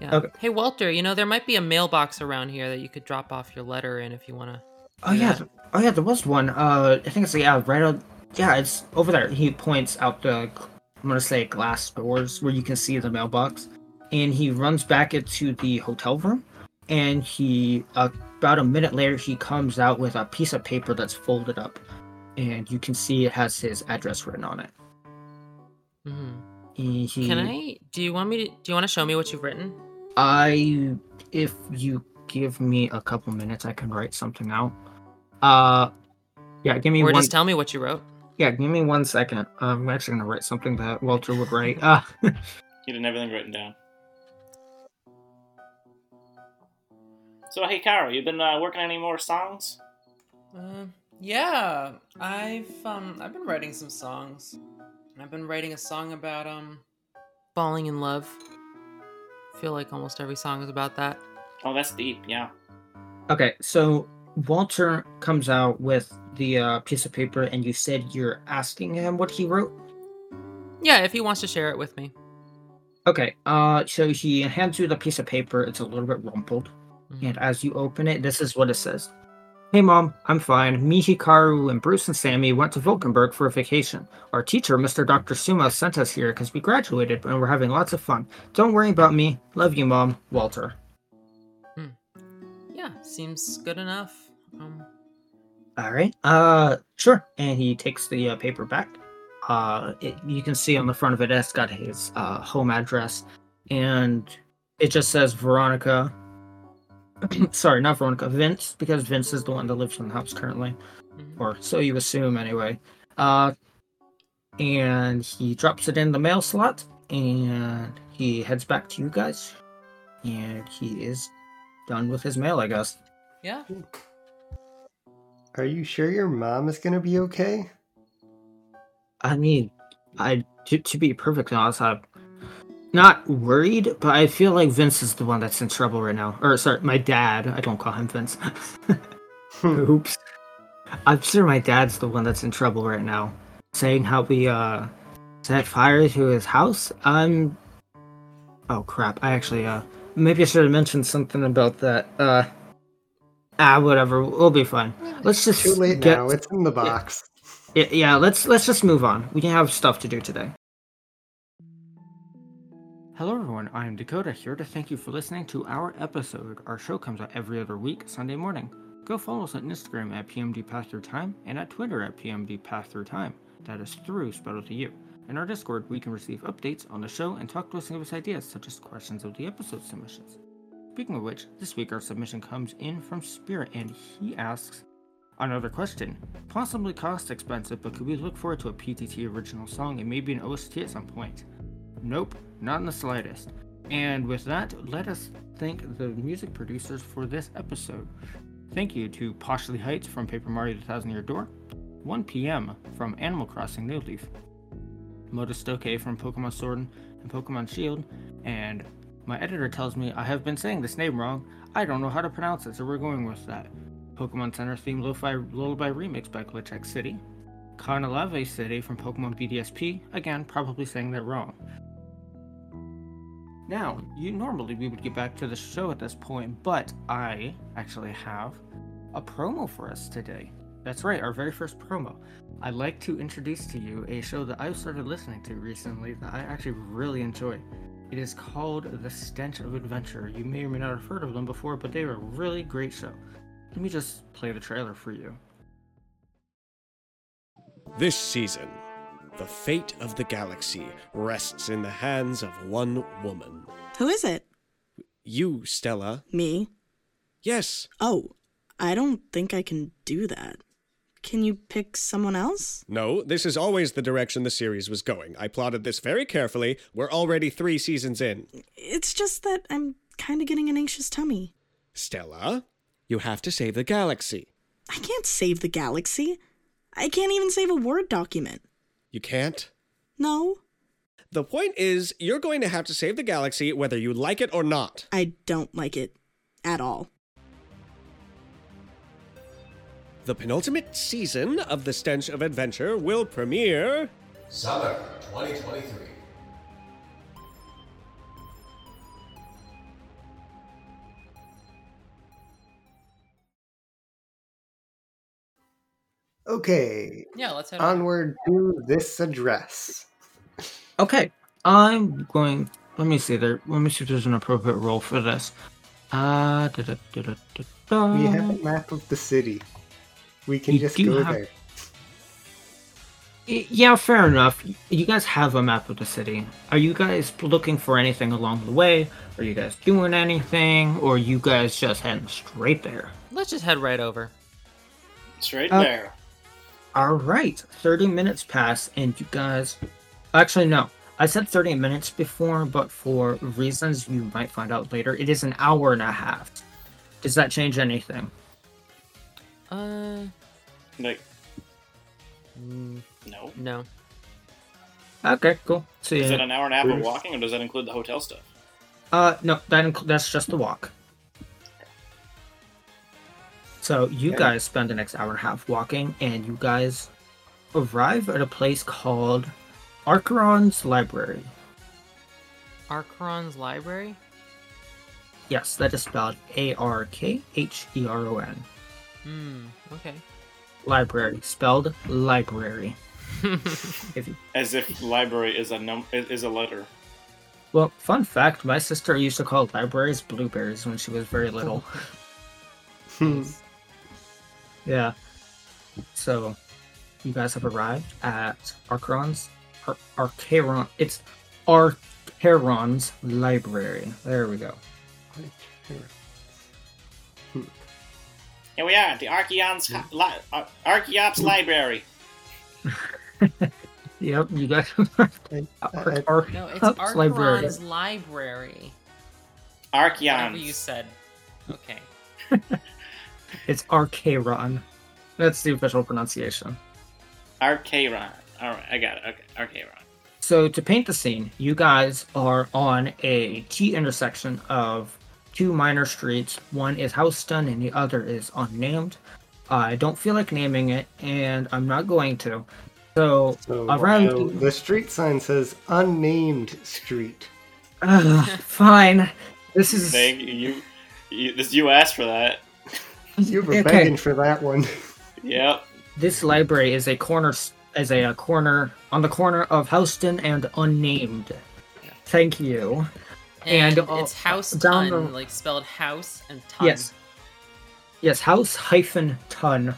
Yeah. Okay. Hey Walter, you know there might be a mailbox around here that you could drop off your letter in if you want to. Oh yeah, th- oh yeah, there was one. Uh, I think it's yeah, right out. Yeah, it's over there. He points out the, gl- I'm gonna say glass doors where you can see the mailbox, and he runs back into the hotel room, and he uh, about a minute later he comes out with a piece of paper that's folded up, and you can see it has his address written on it. hmm And he, Can I? Do you want me to? Do you want to show me what you've written? I, if you give me a couple minutes, I can write something out. Uh, yeah, give me Or one. just tell me what you wrote. Yeah, give me one second. I'm actually gonna write something that Walter would write. Uh, He didn't have everything written down. So hey, Kara, you been uh, working on any more songs? Uh, yeah, I've um I've been writing some songs. I've been writing a song about um falling in love. feel like almost every song is about that. Oh, that's deep. Yeah. okay, so Walter comes out with the uh, piece of paper, and you said you're asking him what he wrote. Yeah, if he wants to share it with me. Okay, uh, so he hands you the piece of paper. It's a little bit rumpled, Mhm. and as you open it, this is what it says. Hey mom, I'm fine. Me, Hikaru, and Bruce and Sammy went to Volkenberg for a vacation. Our teacher, Mr. Dr. Sumo, sent us here because we graduated and we're having lots of fun. Don't worry about me. Love you, mom. Walter. Yeah, seems good enough. Um, All right. Uh, sure. And he takes the uh, paper back. Uh, it, you can see on the front of it, it's got his uh, home address, and it just says Veronica. Sorry, not Veronica. Vince, because Vince is the one that lives in the house currently, mhm. or so you assume anyway. Uh, and he drops it in the mail slot, and he heads back to you guys, and he is done with his mail, I guess. yeah. Are you sure your mom is gonna be okay? I mean, I to, to be perfectly honest, I'm not worried, but I feel like Vince is the one that's in trouble right now. Or sorry, my dad. I don't call him Vince. Oops. I'm sure my dad's the one that's in trouble right now. Saying how we uh set fire to his house. I'm. Oh crap! I actually uh maybe I should have mentioned something about that. Uh. Ah, whatever. We'll be fine. Let's just Too late get- now. It's in the box. yeah, yeah, let's let's just move on. We have stuff to do today. Hello everyone, I am Dakota here to thank you for listening to our episode. Our show comes out every other week, Sunday morning. Go follow us on Instagram at PMD Pass Through Time and at Twitter at PMD Pass Through Time. That is through spelled with a U. In our Discord, we can receive updates on the show and talk to us and give us ideas such as questions of the episode submissions. Speaking of which, this week our submission comes in from Spirit and he asks Another question. Possibly cost expensive, but could we look forward to a PTT original song and maybe an OST at some point? Nope, not in the slightest. And with that, let us thank the music producers for this episode. Thank you to Poshley Heights from Paper Mario The Thousand Year Door, 1pm from Animal Crossing New Leaf, Motostoke from Pokemon Sword and Pokemon Shield, and my editor tells me I have been saying this name wrong. I don't know how to pronounce it, so we're going with that. Pokemon Center themed lo-fi lullaby remix by Glitchx City. Carnalave City from Pokemon BDSP, again, probably saying that wrong. Now, you normally we would get back to the show at this point, but I actually have a promo for us today. That's right, our very first promo. I'd like to introduce to you a show that I've started listening to recently that I actually really enjoy. It is called The Stench of Adventure. You may or may not have heard of them before, but they are a really great show. Let me just play the trailer for you. This season, the fate of the galaxy rests in the hands of one woman. Who is it? You, Stella. Me? Yes. Oh, I don't think I can do that. Can you pick someone else? No, this is always the direction the series was going. I plotted this very carefully. We're already three seasons in. It's just that I'm kind of getting an anxious tummy. Stella, you have to save the galaxy. I can't save the galaxy. I can't even save a Word document. You can't? No? The point is, you're going to have to save the galaxy whether you like it or not. I don't like it at all. The penultimate season of The Stench of Adventure will premiere. Summer 2023. Okay, Yeah, let's head Um, on. onward to this address. Okay, I'm going. Let me see there. Let me see if there's an appropriate role for this. Uh, da, da, da, da, da, da. We have a map of the city. We can You just do go have- there. Y- Yeah, fair enough. Y- You guys have a map of the city. Are you guys looking for anything along the way? Are you guys doing anything? Or are you guys just heading straight there? Let's just head right over. Straight Uh, there. All right, 30 minutes pass, and you guys. Actually, no. I said 30 minutes before, but for reasons you might find out later, it is an hour and a half. Does that change anything? Uh, Like, mm, no. no. Okay, cool. See Is ya. it an hour and a half of walking, or does that include the hotel stuff? Uh, no, that inc- that's just the walk. So you guys spend the next hour and a half walking, and you guys arrive at a place called Archeron's Library. Archron's library? Yes, that is spelled A R K H E R O N. Hmm, okay. Library, spelled library. if you, As if library is a num is is a letter. well, fun fact: my sister used to call libraries blueberries when she was very little. Yeah. So, you guys have arrived at Archeron's. Ar- Archeron. It's Archeron's library. There we go. Here we are at the Archeon's hi- li- Ar- Archeops Library. Yep, you guys arrived I- at I- Ar- No, it's Archeron's library. Archron's library. Whatever you Archeon's. said. Okay. It's Archeron. That's the official pronunciation. Archeron. All right, I got it. Okay, Archeron. So to paint the scene, you guys are on a T intersection of two minor streets. One is Houston and the other is unnamed. I don't feel like naming it, and I'm not going to. So, So, around so the street sign says unnamed street. Ugh, fine. This is Thank you. You, this, you asked for that. You were Okay. begging for that one. Yep. this library is a corner s- is a, uh corner on the corner of Houston and unnamed. Thank you. And, And, uh, it's house down ton, the- like spelled house and ton. Yes. Yes, house hyphen ton.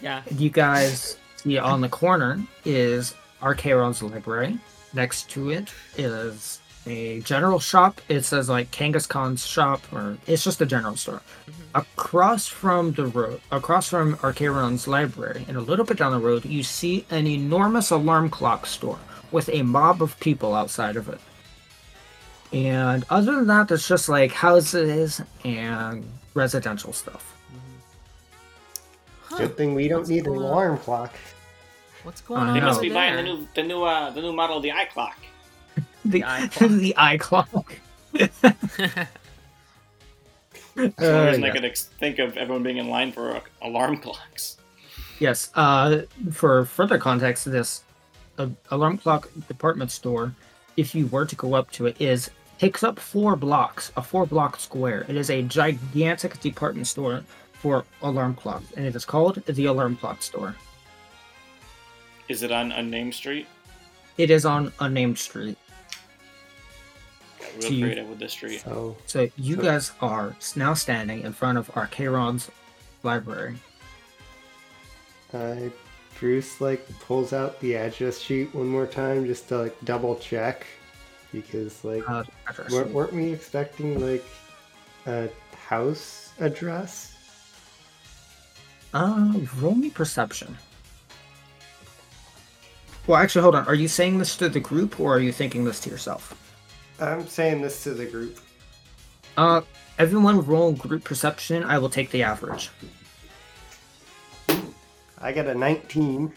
Yeah. You guys see on the corner is Archeron's library. Next to it is a general shop. It says like Kangaskhan's shop, or it's just a general store. Across from the road, across from Archeron's library, and a little bit down the road, you see an enormous alarm clock store with a mob of people outside of it. And other than that, there's just like houses and residential stuff. Huh. Good thing we don't What's need an going on? alarm clock. What's going They on? They No. must be over buying the there? new, the new, uh, the new model of the iClock. The, The eye clock. the eye clock. The only Uh, reason I yeah. could ex- think of everyone being in line for uh, alarm clocks. Yes. Uh, for further context, this uh, alarm clock department store, if you were to go up to it, is takes up four blocks, a four block square. It is a gigantic department store for alarm clocks, and it is called the Alarm Clock Store. Is it on unnamed street? It is on a named street. Got So real you- creative with this street. So So you guys are now standing in front of Archeron's library. uh, Bruce like pulls out the address sheet one more time just to like double check because like Uh, address. weren't, weren't we expecting like a house address? Uh, roll me perception. Well, actually, hold on. Are you saying this to the group, or are you thinking this to yourself? I'm saying this to the group. Uh, everyone roll group perception. I will take the average. I got a 19.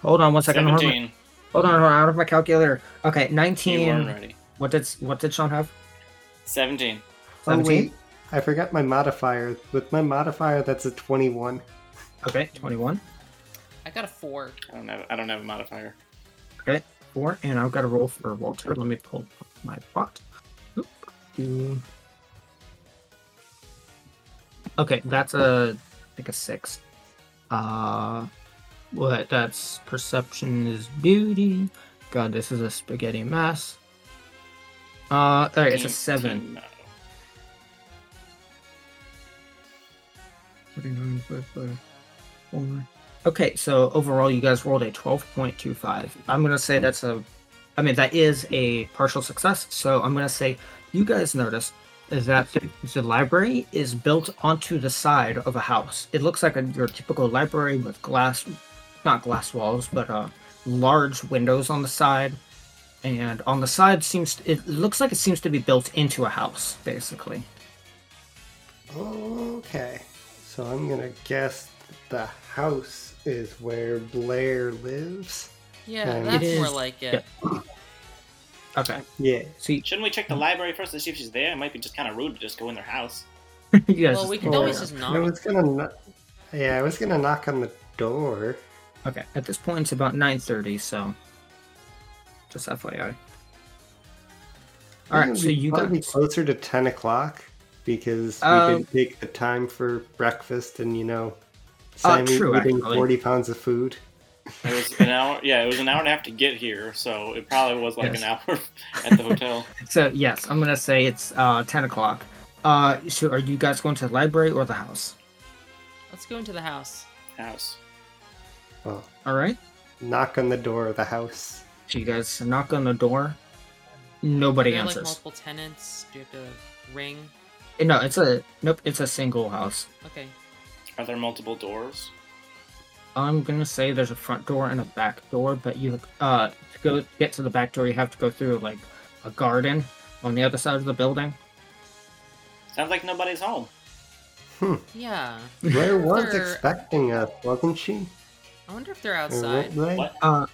Hold on one second. hold on. Seventeen. Hold on, hold on. Out of my calculator. Okay, You weren't nineteen. ready. What did what did Sean have? 17. Oh, Seventeen. wait. I forgot my modifier. With my modifier, that's a 21. Okay, twenty-one. I got a four. I don't have, I don't have a modifier. Okay, four, and I've got a roll for Walter. Let me pull up my pot. Oop, do- Okay, that's a I think a six. Uh, what? That's perception is beauty. God, this is a spaghetti mess. Uh, all right, it's a seven. 18, uh, 49, five, five, four. Okay, so overall, you guys rolled a 12.25. I'm going to say that's a, I mean, that is a partial success. So I'm going to say you guys notice that the library is built onto the side of a house. It looks like a, your typical library with glass, not glass walls, but uh, large windows on the side. And on the side seems, it looks like it seems to be built into a house, basically. Okay. So I'm gonna guess the house is where Blair lives. Yeah, Um, that's It more is- like it. yeah. Okay. Yeah. So you, Shouldn't we check the library first to see if she's there? It might be just kind of rude to just go in their house. you guys Well, just- we can Oh, always yeah. just I knock. was gonna. kno- Yeah, I was gonna knock on the door. Okay, at this point it's about 9.30, so just FYI. All right, so you got guys, closer to ten o'clock because we Um, could take the time for breakfast and you know, Uh, Simon true, eating actually. forty pounds of food. It was an hour. Yeah, it was an hour and a half to get here, so it probably was like Yes. an hour at the hotel. so yes, I'm gonna say it's uh 10 o'clock. Uh, so are you guys going to the library or the house? Let's go into the house. House. Well, All right. knock on the door of the house. So you guys knock on the door. Nobody Are there, like answers. Eh, multiple tenants? Do you have to ring? no, it's a nope. It's a single house. Okay. Are there multiple doors? I'm gonna say there's a front door and a back door, but you uh to go get to the back door, you have to go through like a garden on the other side of the building. Sounds like nobody's home. Yeah. Blair was Sir. expecting us, wasn't she? I wonder if they're Or weren't outside. they? What? Uh,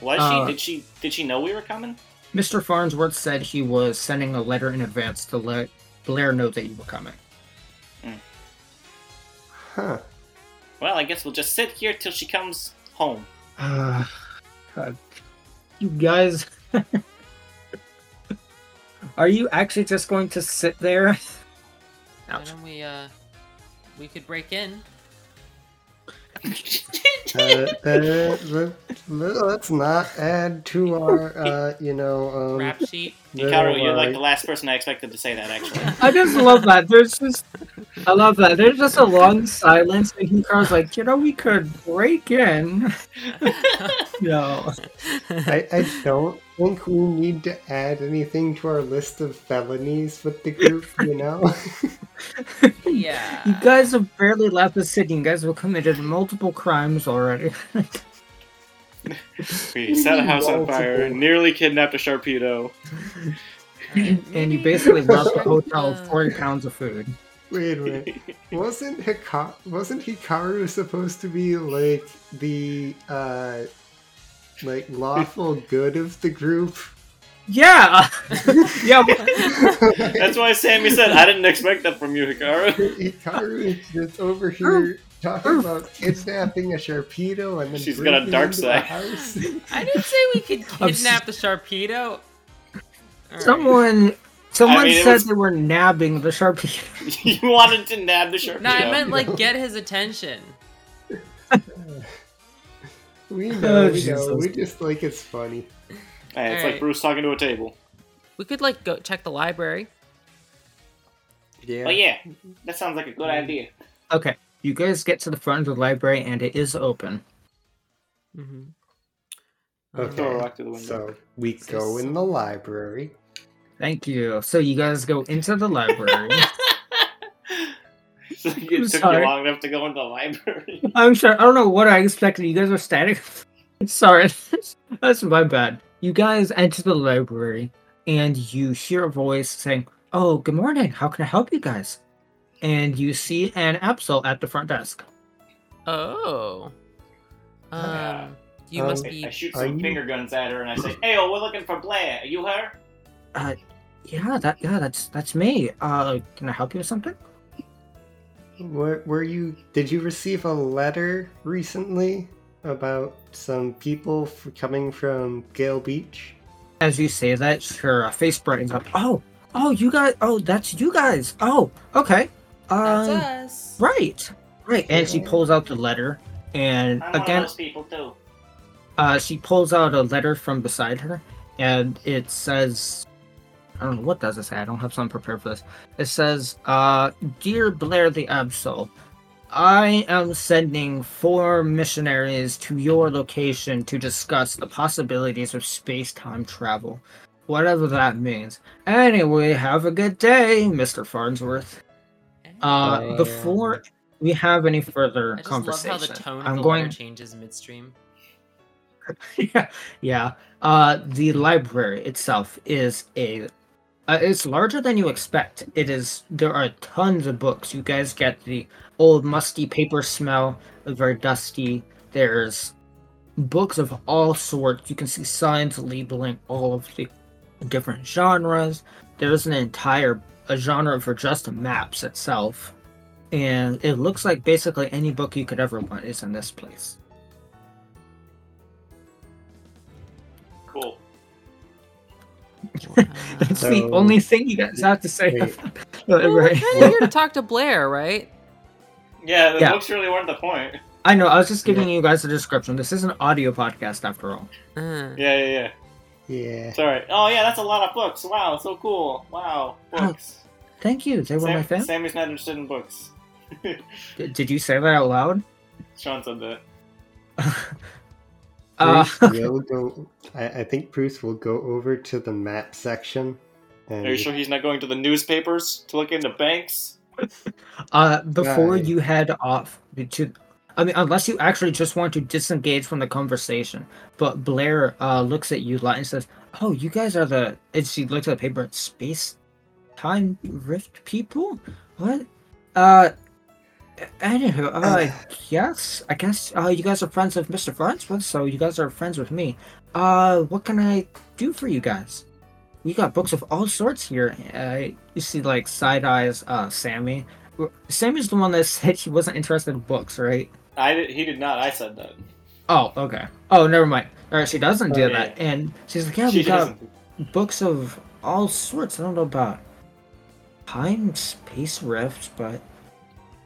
Was Uh, she? Did she? Did she know we were coming? Mr. Farnsworth said he was sending a letter in advance to let Blair know that you were coming. Huh. Well, I guess we'll just sit here till she comes home. Uh, God. you guys. Are you actually just going to sit there? Why don't we uh we could break in. uh, uh, let, us not add to our, uh, you know, um, Rap sheet. Hikaru, little, you're like uh, the last person I expected to say that. Actually, I just love that. There's just. I love that. There's just a long silence, and Hikaru's like, you know, we could break in. no. I, I don't think we need to add anything to our list of felonies with the group, you know? yeah. You guys have barely left the city. You guys have committed multiple crimes already. we set a house on fire, Multiple. nearly kidnapped a Sharpedo. Alright, and you maybe basically we left the should, hotel uh, with 40 pounds of food. Wait a minute. Wasn't, Hika- wasn't Hikaru supposed to be, like, the, uh, like, lawful good of the group? Yeah. yeah. but- That's why Sammy said I didn't expect that from you, Hikaru. Hikaru is just over here talking about kidnapping a Sharpedo and then She's got a breaking dark into side. house. I didn't say we could I'm s- kidnap the Sharpedo. Alright. Someone someone mean, it said was- they were nabbing the Sharpie. you wanted to nab the Sharpedo. No, I meant like get his attention. We know, Oh, we know. Jesus. We just like it's funny. Hey, it's Alright. like Bruce talking to a table. We could like go check the library. Yeah. Oh yeah, that sounds like a good idea. Okay. You guys get to the front of the library and it is open. Mm-hmm. Okay. Throw a rock through the window. So we go in the library. Thank you. So you guys go into the library. So it I'm took sorry. you long enough to go in the library. I'm sure I don't know what I expected. You guys were static. Sorry. That's my bad. You guys enter the library and you hear a voice saying, Oh, good morning. How can I help you guys? And you see an Absol at the front desk. Oh. Um, Yeah. yeah. You Um, must I, I be. shoot Are some you- finger guns at her and I say, "Hey, oh, we're looking for Blair. Are you her?" Uh, yeah, that yeah, that's that's me. Uh, can I help you with something? Were, were you? Did you receive a letter recently about some people f- coming from Gale Beach? As you say that, her uh, face brightens up. Oh, oh, you guys. Oh, that's you guys. Oh, okay. Um, That's us. right, right. And she pulls out the letter, and I'm one again, of those people too. uh, she pulls out a letter from beside her, and it says, I don't know what does it say. I don't have something prepared for this. It says, uh, "Dear Blair the Absol, I am sending four missionaries to your location to discuss the possibilities of space-time travel, whatever that means. Anyway, have a good day, Mister Farnsworth. Uh, And- before we have any further I just love conversation, how the tone I'm of the going letter changes midstream. yeah, yeah. Uh, the library itself is a. Uh, it's larger than you expect. It is. There are tons of books. You guys get the old musty paper smell, very dusty. There's books of all sorts. You can see signs labeling all of the different genres. There's an entire a genre for just maps itself, and it looks like basically any book you could ever want is in this place. Cool. That's Uh, the So- only thing you guys have to say. Wait. Uh, Well, right. We're here to talk to Blair, right? Yeah, the Yeah. books really weren't the point. I know. I was just giving you guys a description. This is an audio podcast, after all. Uh, Yeah, yeah, yeah. Yeah. Sorry. Oh yeah, that's a lot of books. Wow, so cool. Wow, books. Thank you. Oh, They were my Sam, fan. Sammy's not interested in books. D- Did you say that out loud? Sean said that. Uh, Bruce will go, I, I think Bruce will go over to the map section. And Are you sure he's not going to the newspapers to look into banks? uh, before Right. you head off to, I mean, unless you actually just want to disengage from the conversation. But Blair uh, looks at you lot and says, "Oh, you guys are the." And she looks at the paper. Space, time rift people. What? Uh, Anywho, uh, yes, I guess uh, you guys are friends of Mr. Farnsworth, so you guys are friends with me. Uh, what can I do for you guys? We got books of all sorts here. Uh, you see, like side eyes, uh, Sammy. W- Sammy's the one that said she wasn't interested in books, right? I did, he did not. I said that. Oh, okay. Oh, never mind. All right, she doesn't do Okay. that, and she's like, yeah, she we got doesn't. books of all sorts. I don't know about time, space rifts, but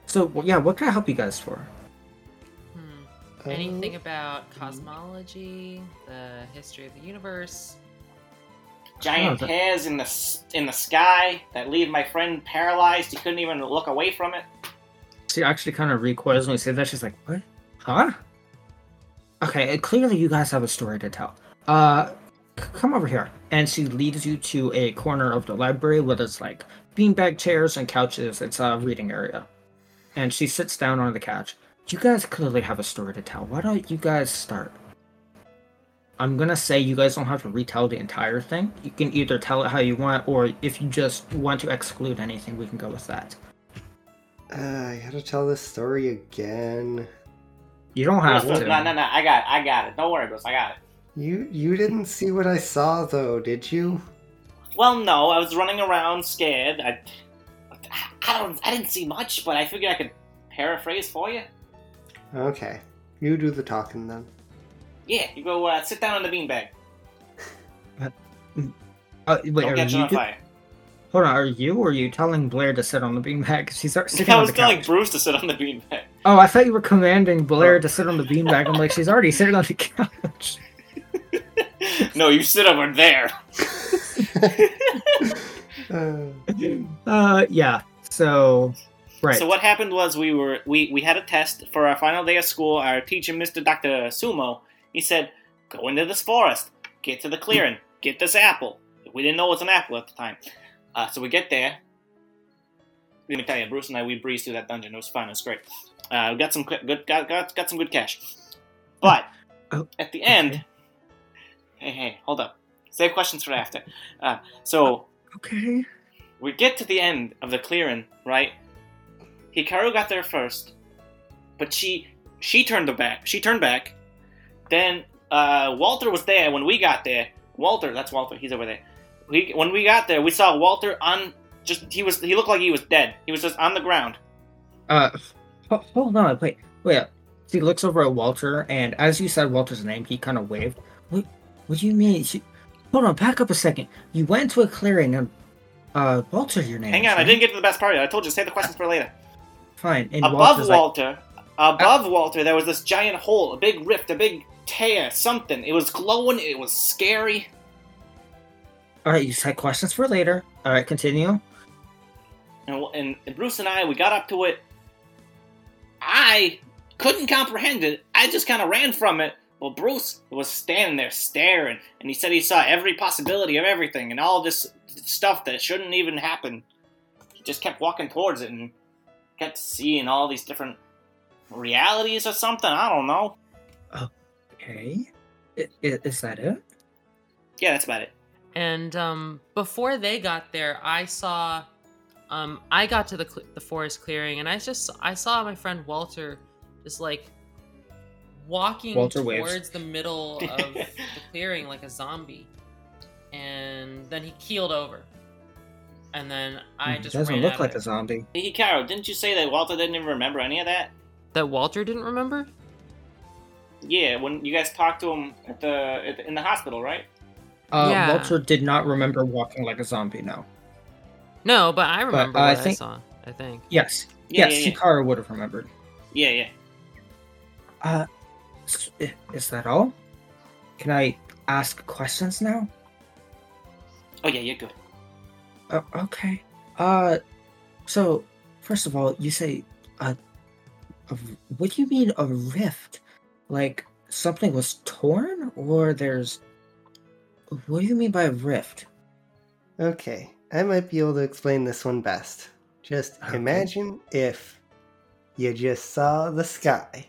so well, yeah. What can I help you guys for? hmm. Uh-huh. Uh, Anything about cosmology, the history of the universe? Giant Oh, that- hairs in the s- in the sky that leave my friend paralyzed. He couldn't even look away from it. She actually kind of recoils when you say that. She's like, "What? Huh?" Okay, uh, clearly you guys have a story to tell. Uh, c- come over here. And she leads you to a corner of the library with its like beanbag chairs and couches. It's a reading area, and she sits down on the couch. You guys clearly have a story to tell. Why don't you guys start? I'm gonna say you guys don't have to retell the entire thing. You can either tell it how you want, or if you just want to exclude anything, we can go with that. Uh, I gotta tell this story again. You don't have No, to. no, no, no. I got it. I got it. Don't worry, Bruce. I got it. You you didn't see what I saw though, did you? Well, no, I was running around scared. I, I don't. I didn't see much, but I figured I could paraphrase for you. Okay, you do the talking then. Yeah, you go uh, sit down on the beanbag. Uh, wait, Don't are catch it you on do- fire. hold on, are you or are you telling Blair to sit on the beanbag? She's already sitting I on was the telling Oh. couch. Bruce to sit on the beanbag. Oh, I thought you were commanding Blair to sit on the beanbag. I'm like, she's already sitting on the couch. no, you sit over there. Uh, Uh, yeah. So, right. So what happened was we were we, we had a test for our final day of school. Our teacher, Mr. Dr. Sumo, he said, "Go into this forest, get to the clearing, get this apple." We didn't know it was an apple at the time, uh, so we get there. Let me tell you, Bruce and I we breezed through that dungeon. It was fun. It was great. Uh, we got some qu- good got, got got some good cash, but Oh, at the end, hey hey, hold up, save questions for after. Uh, so Okay. we get to the end of the clearing, right? Hikaru got there first, but she she turned the back. She turned back. Then uh, Walter was there when we got there. Walter, that's Walter. He's over there. We, when we got there, we saw Walter on just he was he looked like he was dead. He was just on the ground. Uh, ho- hold on, wait, wait. He looks over at Walter, and as you said Walter's name, he kind of waved. What? What do you mean? She, hold on, back up a second. You went to a clearing, and uh, Walter, your name. Hang is, on, I right? didn't get to the best part. yet. I told you save the questions for later. Fine. And above Walter's like, Walter, above Walter, there was this giant hole, a big rift, a big tear, something. It was glowing. It was scary. all right, you said questions for later. All right, continue. And, and Bruce and I, we got up to it. I couldn't comprehend it. I just kind of ran from it. Well, Bruce was standing there staring, and he said he saw every possibility of everything and all this stuff that shouldn't even happen. He just kept walking towards it and kept seeing all these different realities or something. I don't know. Okay, I- i- is that it? Yeah, that's about it. And um, before they got there, I saw, um, I got to the cl- the forest clearing, and I just I saw my friend Walter just like walking Walter towards waves. the middle of the clearing like a zombie, and then he keeled over, and then I Hmm, just doesn't ran look at like him. a zombie. Hey, Hikaru, didn't you say that Walter didn't even remember any of that? that Walter didn't remember. Yeah, when you guys talked to him at the, at the in the hospital, right? Uh, Yeah. Walter did not remember walking like a zombie. No. No, but I remember I what I think- saw. I think. Yes. Yeah, yes. yeah, yeah. Hikaru would have remembered. yeah, yeah. Uh, s- i- is that all? Can I ask questions now? Oh yeah, you're good. Uh, okay. Uh, so first of all, you say, uh, a r- what do you mean a rift? Like something was torn, or there's? What do you mean by a rift? Okay, I might be able to explain this one best. Just Okay. imagine if you just saw the sky,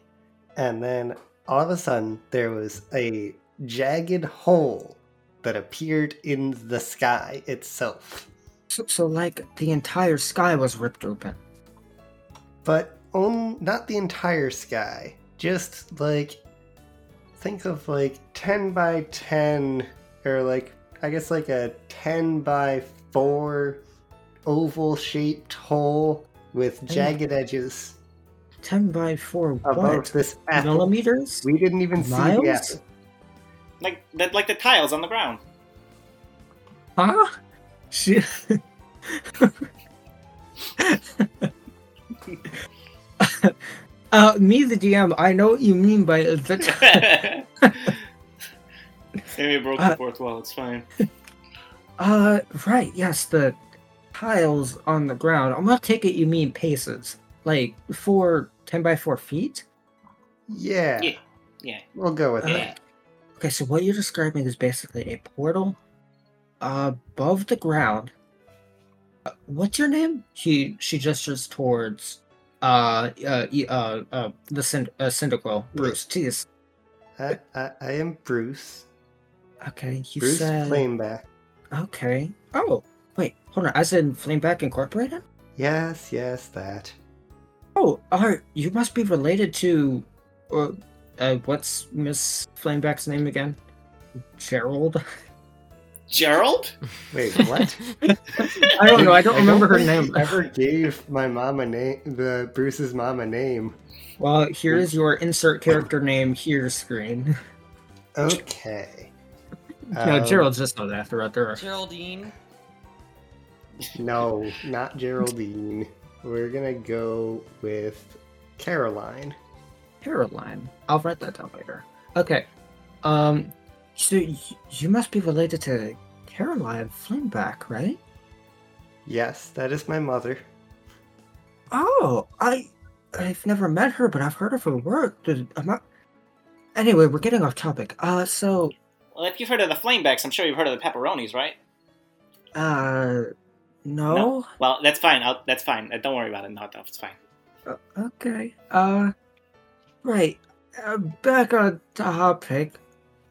and then all of a sudden there was a jagged hole that appeared in the sky itself, So, so like the entire sky was ripped open. but on, not the entire sky, just like think of like 10 by 10, or like I guess like a 10 by 4 oval shaped hole with jagged edges. Ten by four. about What? this apple. Millimeters? We didn't even see the Miles? apple. Like that, like the tiles on the ground. Huh? Shit. uh, me, the DM, I know what you mean by the. T- Maybe I broke Uh, the fourth wall. It's fine. uh, right, yes, the tiles on the ground. I'm gonna take it you mean paces. Like, four, 10 by 4 feet? Yeah. Yeah, yeah. We'll go with Okay. that. Okay, so what you're describing is basically a portal above the ground. Uh, What's your name? She she gestures towards uh uh e- uh, uh the Cyn- uh, Cyndaquil, Bruce. Jeez. I, I, I am Bruce. Okay, you Bruce said Flameback. okay. Oh wait, hold on. I said Flameback Incorporated. Yes, yes, that. Oh, alright. You must be related to, uh, uh what's Miss Flameback's name again? Gerald. Gerald? Wait, what? I don't know. I don't remember her think name. I ever gave my mom a name, the Bruce's mom a name. Well, here is your insert character name here screen. Okay. no, Um, Gerald just know that throughout there. Geraldine. Um, No, not Geraldine. We're gonna go with Caroline. Caroline. I'll write that down later. Okay. Um, so y- you must be related to Caroline Flameback, right? Yes, that is my mother. Oh, I, I've never met her, but I've heard of her work. Did- am I- Anyway, we're getting off topic. Uh, so, Well, if you've heard of the Flamebacks, I'm sure you've heard of the Pepperonis, right? uh, no. Well, that's fine. I'll, that's fine. Uh, Don't worry about it. No, no, it's fine. Uh, okay. Uh, right. Uh, back on topic.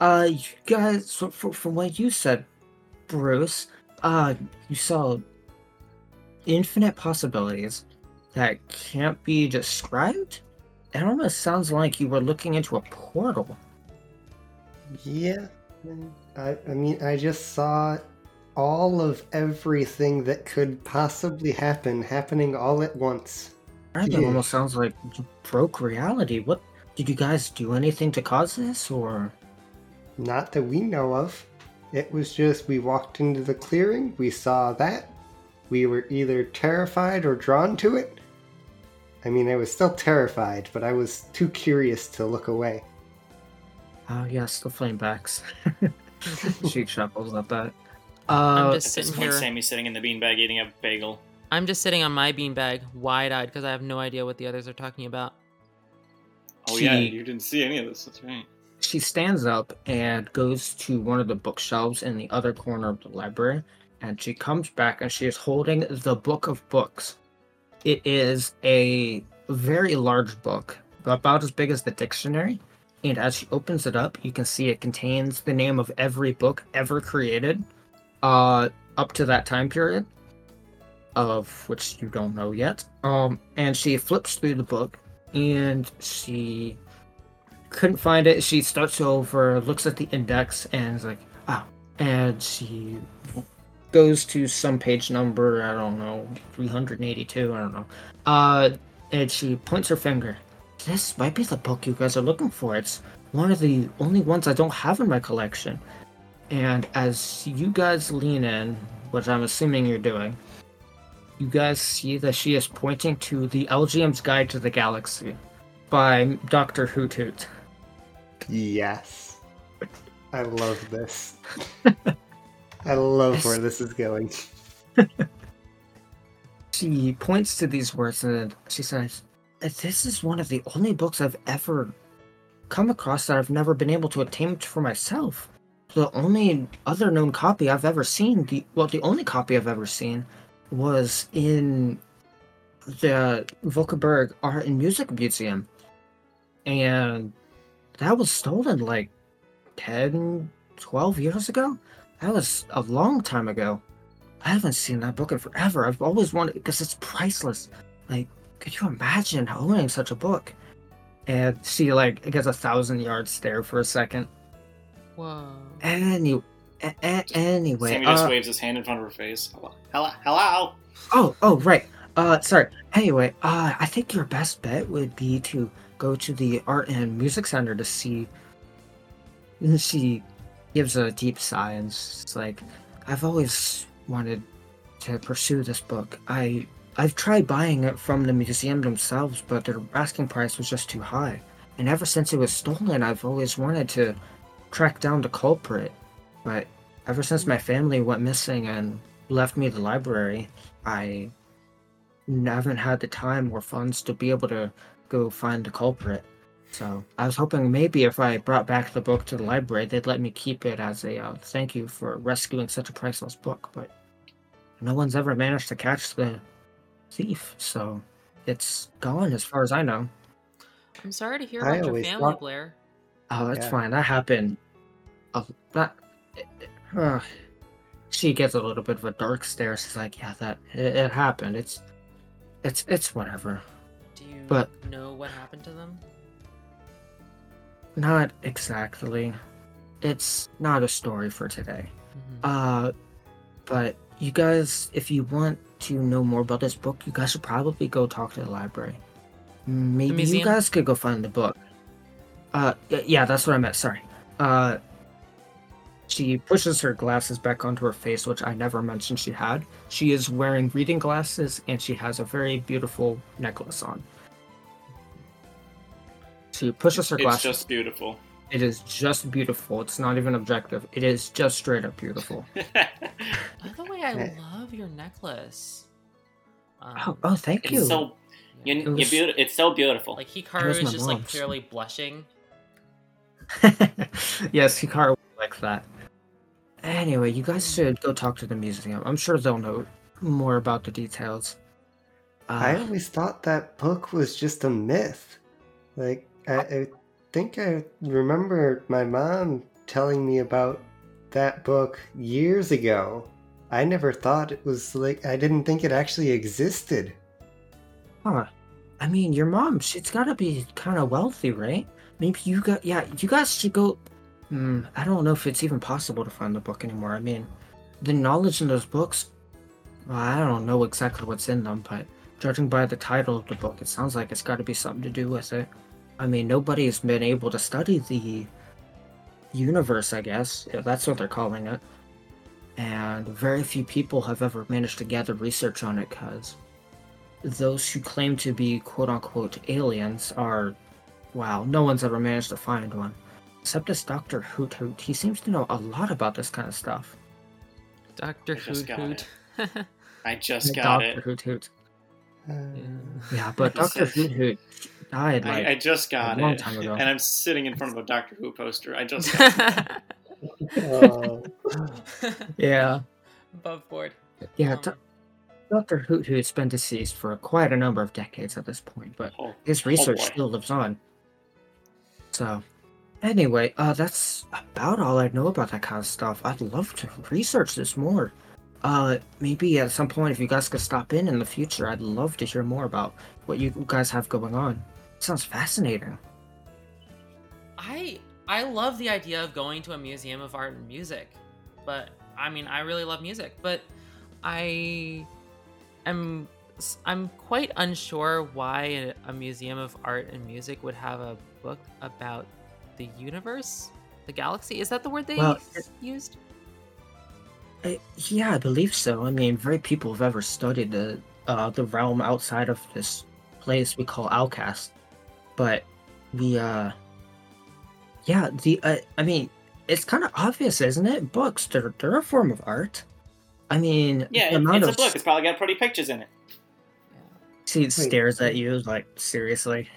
Uh, you guys, so fr- from what you said, Bruce, uh, you saw infinite possibilities that can't be described. It almost sounds like you were looking into a portal. Yeah. I, I mean, I just saw all of everything that could possibly happen happening all at once. That Yeah. almost sounds like you broke reality. What did you guys do anything to cause this, or Not that we know of. It was just we walked into the clearing, we saw that. We were either terrified or drawn to it. I mean, I was still terrified, but I was too curious to look away. oh yes, the flamebacks. she chuckles at that. Uh, I'm At just this sitting point, here. Sammy's sitting in the beanbag eating a bagel. I'm just sitting on my beanbag, wide-eyed, because I have no idea what the others are talking about. Oh yeah, Gee. you didn't see any of this. That's right. she stands up and goes to one of the bookshelves in the other corner of the library and she comes back and she is holding the book of books it is a very large book about as big as the dictionary and as she opens it up you can see it contains the name of every book ever created uh up to that time period of which you don't know yet um and she flips through the book and she couldn't find it. She starts over, looks at the index, and is like, oh. And she goes to some page number, I don't know, 382, I don't know. Uh, and she points her finger. This might be the book you guys are looking for. It's one of the only ones I don't have in my collection. And as you guys lean in, which I'm assuming you're doing, you guys see that she is pointing to the LGM's Guide to the Galaxy by Dr. Hoot Hoot. Yes. I love this. I love where this is going. She points to these words and she says, This is one of the only books I've ever come across that I've never been able to attempt for myself. The only other known copy I've ever seen, the well, the only copy I've ever seen was in the Volkeberg Art and Music Museum. And that was stolen like 10, 12 years ago. That was a long time ago. I haven't seen that book in forever. I've always wanted because it's priceless. Like, could you imagine owning such a book? And she like gets a thousand yard stare for a second. Whoa. Any, a- a- anyway, Sammy just uh, waves his hand in front of her face. Hello, hello, hello. Oh, oh, right. Uh, sorry. Anyway, uh, I think your best bet would be to go to the art and music center to see. And She gives a deep sigh and it's like, I've always wanted to pursue this book. I I've tried buying it from the museum themselves, but their asking price was just too high. And ever since it was stolen, I've always wanted to track down the culprit. But ever since my family went missing and left me the library, I haven't had the time or funds to be able to go find the culprit. So I was hoping maybe if I brought back the book to the library, they'd let me keep it as a uh, thank you for rescuing such a priceless book. But no one's ever managed to catch the thief, so it's gone as far as I know. I'm sorry to hear I about your always family, thought- Blair. Oh, it's Yeah. fine. That happened. Oh, that. Uh, she gets a little bit of a dark stare. She's like, "Yeah, that it, it happened. It's, it's, it's whatever. Do you But- know what happened to them? Not exactly. It's not a story for today. Mhm. Uh, but you guys, if you want to know more about this book, you guys should probably go talk to the library. Maybe you museum? guys could go find the book. Uh, y- yeah, that's what I meant. Sorry. Uh, she pushes her glasses back onto her face, which I never mentioned she had. She is wearing reading glasses and she has a very beautiful necklace on. She pushes her It's glasses. just beautiful. It is just beautiful. It's not even objective. It is just straight up beautiful. it's By the way, I Eh. love your necklace. Um, Oh, oh thank you. so you, yeah. you was- beauti- It's so beautiful. like Hikaru my is just like mom's. purely blushing. yes, Hikaru would like that. Anyway, you guys should go talk to the museum. I'm sure they'll know more about the details. I Uh, always thought that book was just a myth. Like, I, I think I remember my mom telling me about that book years ago. I never thought it was like, I didn't think it actually existed. huh. I mean, your mom, she's got to be kind of wealthy, right? Maybe you got, yeah, you guys should go Hmm, I don't know if it's even possible to find the book anymore. I mean, the knowledge in those books, well, I don't know exactly what's in them, but judging by the title of the book, it sounds like it's got to be something to do with it. I mean, nobody's been able to study the universe, I guess. if that's what they're calling it. And very few people have ever managed to gather research on it because those who claim to be quote unquote aliens are, wow, no one's ever managed to find one except this Doctor Hoot Hoot. He seems to know a lot about this kind of stuff. Doctor I Hoot just got Hoot. I just Yeah, got Doctor it. Hoot Hoot. Yeah. Yeah, but Doctor Hoot Hoot died like I, I just got a long it. time ago. And I'm sitting in front of a Doctor Who poster. I just got it. Oh, yeah, Above board. yeah. Um, Do- Doctor Hoot Hoot's been deceased for quite a number of decades at this point, but Oh, his research boy. still lives on. So, anyway, uh, that's about all I know about that kind of stuff. I'd love to research this more. Uh, maybe at some point, if you guys could stop in in the future, I'd love to hear more about what you guys have going on. sounds fascinating. I I love the idea of going to a museum of art and music, but I mean I really love music, but I am I'm quite unsure why a- a museum of art and music would have a book about the universe, the galaxy. Is that the word they Well, s- used? Uh, yeah, I believe so. I mean, very people have ever studied the uh, the realm outside of this place we call Outcast, but we uh, yeah, the uh, I mean, it's kind of obvious, isn't it? Books they're they're a form of art. I mean, Yeah, the it, amount it's a of book. It's probably got pretty pictures in it. she stares at you like seriously.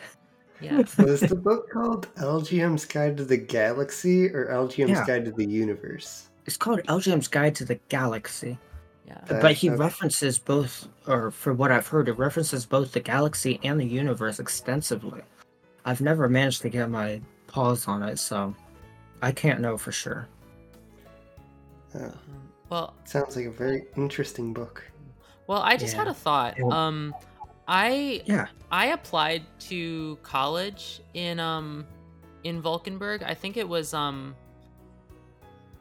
Yeah. was the book called LGM's Guide to the Galaxy or LGM's Yeah. Guide to the Universe? It's called LGM's Guide to the Galaxy. Yeah. Uh, but he okay. references both, or from what I've heard, it references both the galaxy and the universe extensively. I've never managed to get my paws on it, so I can't know for sure. Oh, Um, Well, sounds like a very interesting book. Well, I just had Yeah. a thought. Yeah. Um, I Yeah. I applied to college in um in Vulcanburg. I think it was um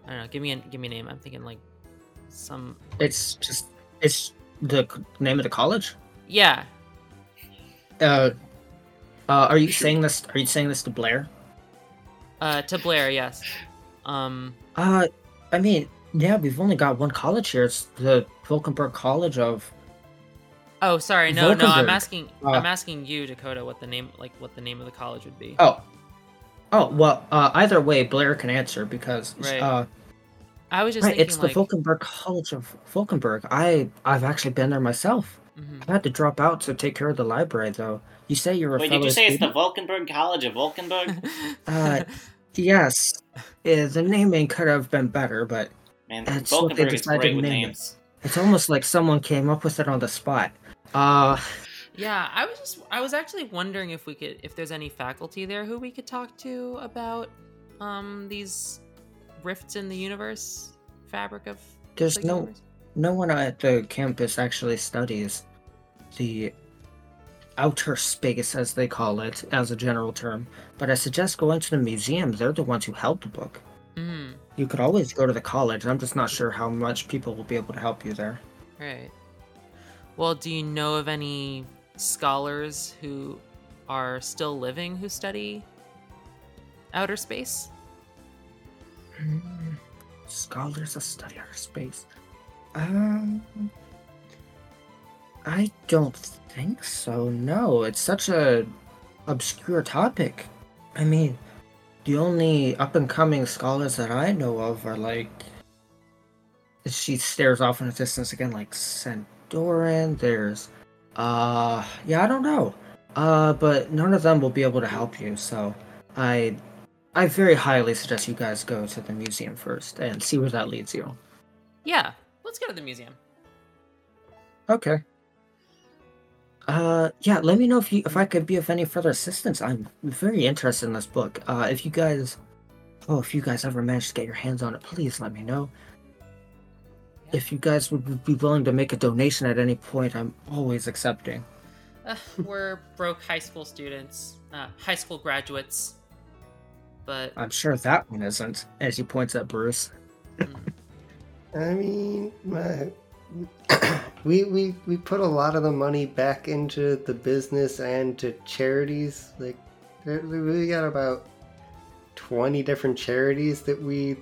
I don't know. Give me a give me a name. I'm thinking like some It's just, it's the c- name of the college. yeah Uh, uh, are you saying this? Are you saying this to Blair? uh to Blair yes um Uh, I mean, yeah, we've only got one college here. It's the Vulcanburg College of. oh sorry no no I'm Vulcanburg. asking Uh. I'm asking you Dakota what the name like what the name of the college would be. Oh, oh well. Uh, either way, Blair can answer because Right. uh, I was just Right, thinking it's like the Volkenberg College of Volkenberg. I I've actually been there myself. mhm. I've had to drop out to take care of the library though. You say you're a Wait, fellow did you say it's the student? Vulcanburg College of Vulcanburg? mm-hmm. Uh, Yes. Yeah, the naming could have been better, but Man, That's what they Vulcanburg is decided great with to name it. names. it's almost like someone came up with it on the spot. Uh Yeah, I was just I was actually wondering if we could if there's any faculty there who we could talk to about um these rifts in the universe fabric of there's the no universe. no one at the campus actually studies the outer space as they call it as a general term. But I suggest going to the museum. They're the ones who held the book. Mhm, You could always go to the college. I'm just not sure how much people will be able to help you there. right. Well, do you know of any scholars who are still living who study outer space? Scholars of study our space. Um, I don't think so. No, it's such a obscure topic. I mean, the only up and coming scholars that I know of are like. She stares off in the distance again, like Sandoran. There's, uh, yeah, I don't know. Uh, but none of them will be able to help you. So, I, I very highly suggest you guys go to the museum first and see where that leads you. Yeah, let's go to the museum. Okay. Uh, yeah. Let me know if you if I could be of any further assistance. I'm very interested in this book. Uh, if you guys, oh, if you guys ever manage to get your hands on it, please let me know. If you guys would be willing to make a donation at any point, I'm always accepting. Uh, we're broke high school students, uh, high school graduates. but I'm sure that one isn't, as he points at Bruce. I mean, my, we we we put a lot of the money back into the business and to charities. Like, there- we we got about twenty different charities that we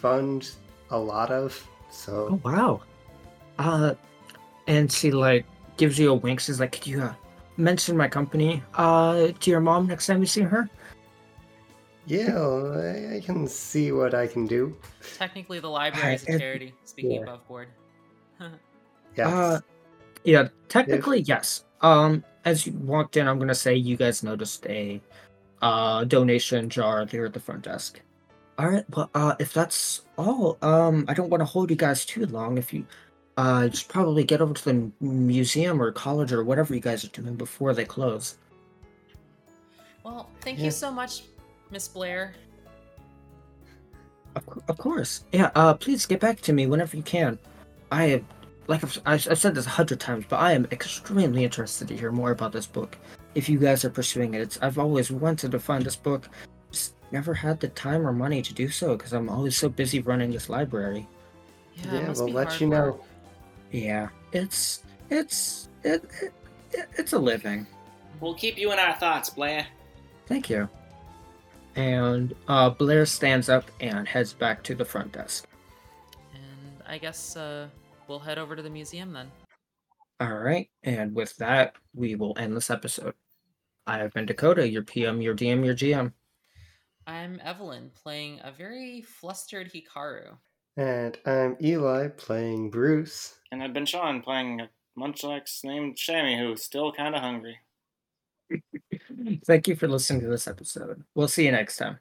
fund a lot of. So Oh wow. Uh, and she like gives you a wink. She's like, "Could you uh, mention my company uh to your mom next time you see her?" yeah, I, I can see what I can do. technically the library is a Uh, charity. Speaking yeah. above board. Yes. Uh, yeah, technically yes. Um, as you walked in, I'm gonna say you guys noticed a uh donation jar there at the front desk. All right, well, uh, if that's all, um, I don't want to hold you guys too long. If you, uh, just probably get over to the museum or college or whatever you guys are doing before they close. Well, thank Yeah. you so much, Miss Blair. Of, cou- of course. Yeah, uh, please get back to me whenever you can. I am, like I've, I've I've said this a hundred times, but I am extremely interested to hear more about this book. If you guys are pursuing it, it's, I've always wanted to find this book, just never had the time or money to do so because I'm always so busy running this library. Yeah, it yeah, must we'll be let hard you work. know. Yeah, it's it's it, it, it it's a living. We'll keep you in our thoughts, Blair. Thank you. And uh, Blair stands up and heads back to the front desk. And I guess uh, we'll head over to the museum then. All right. And with that, we will end this episode. I have been Dakota, your PM, your DM, your GM. I'm Evelyn playing a very flustered Hikaru. And I'm Eli playing Bruce. And I've been Sean playing a munchlax named Shammy who's still kind of hungry. Thank you for listening to this episode. We'll see you next time.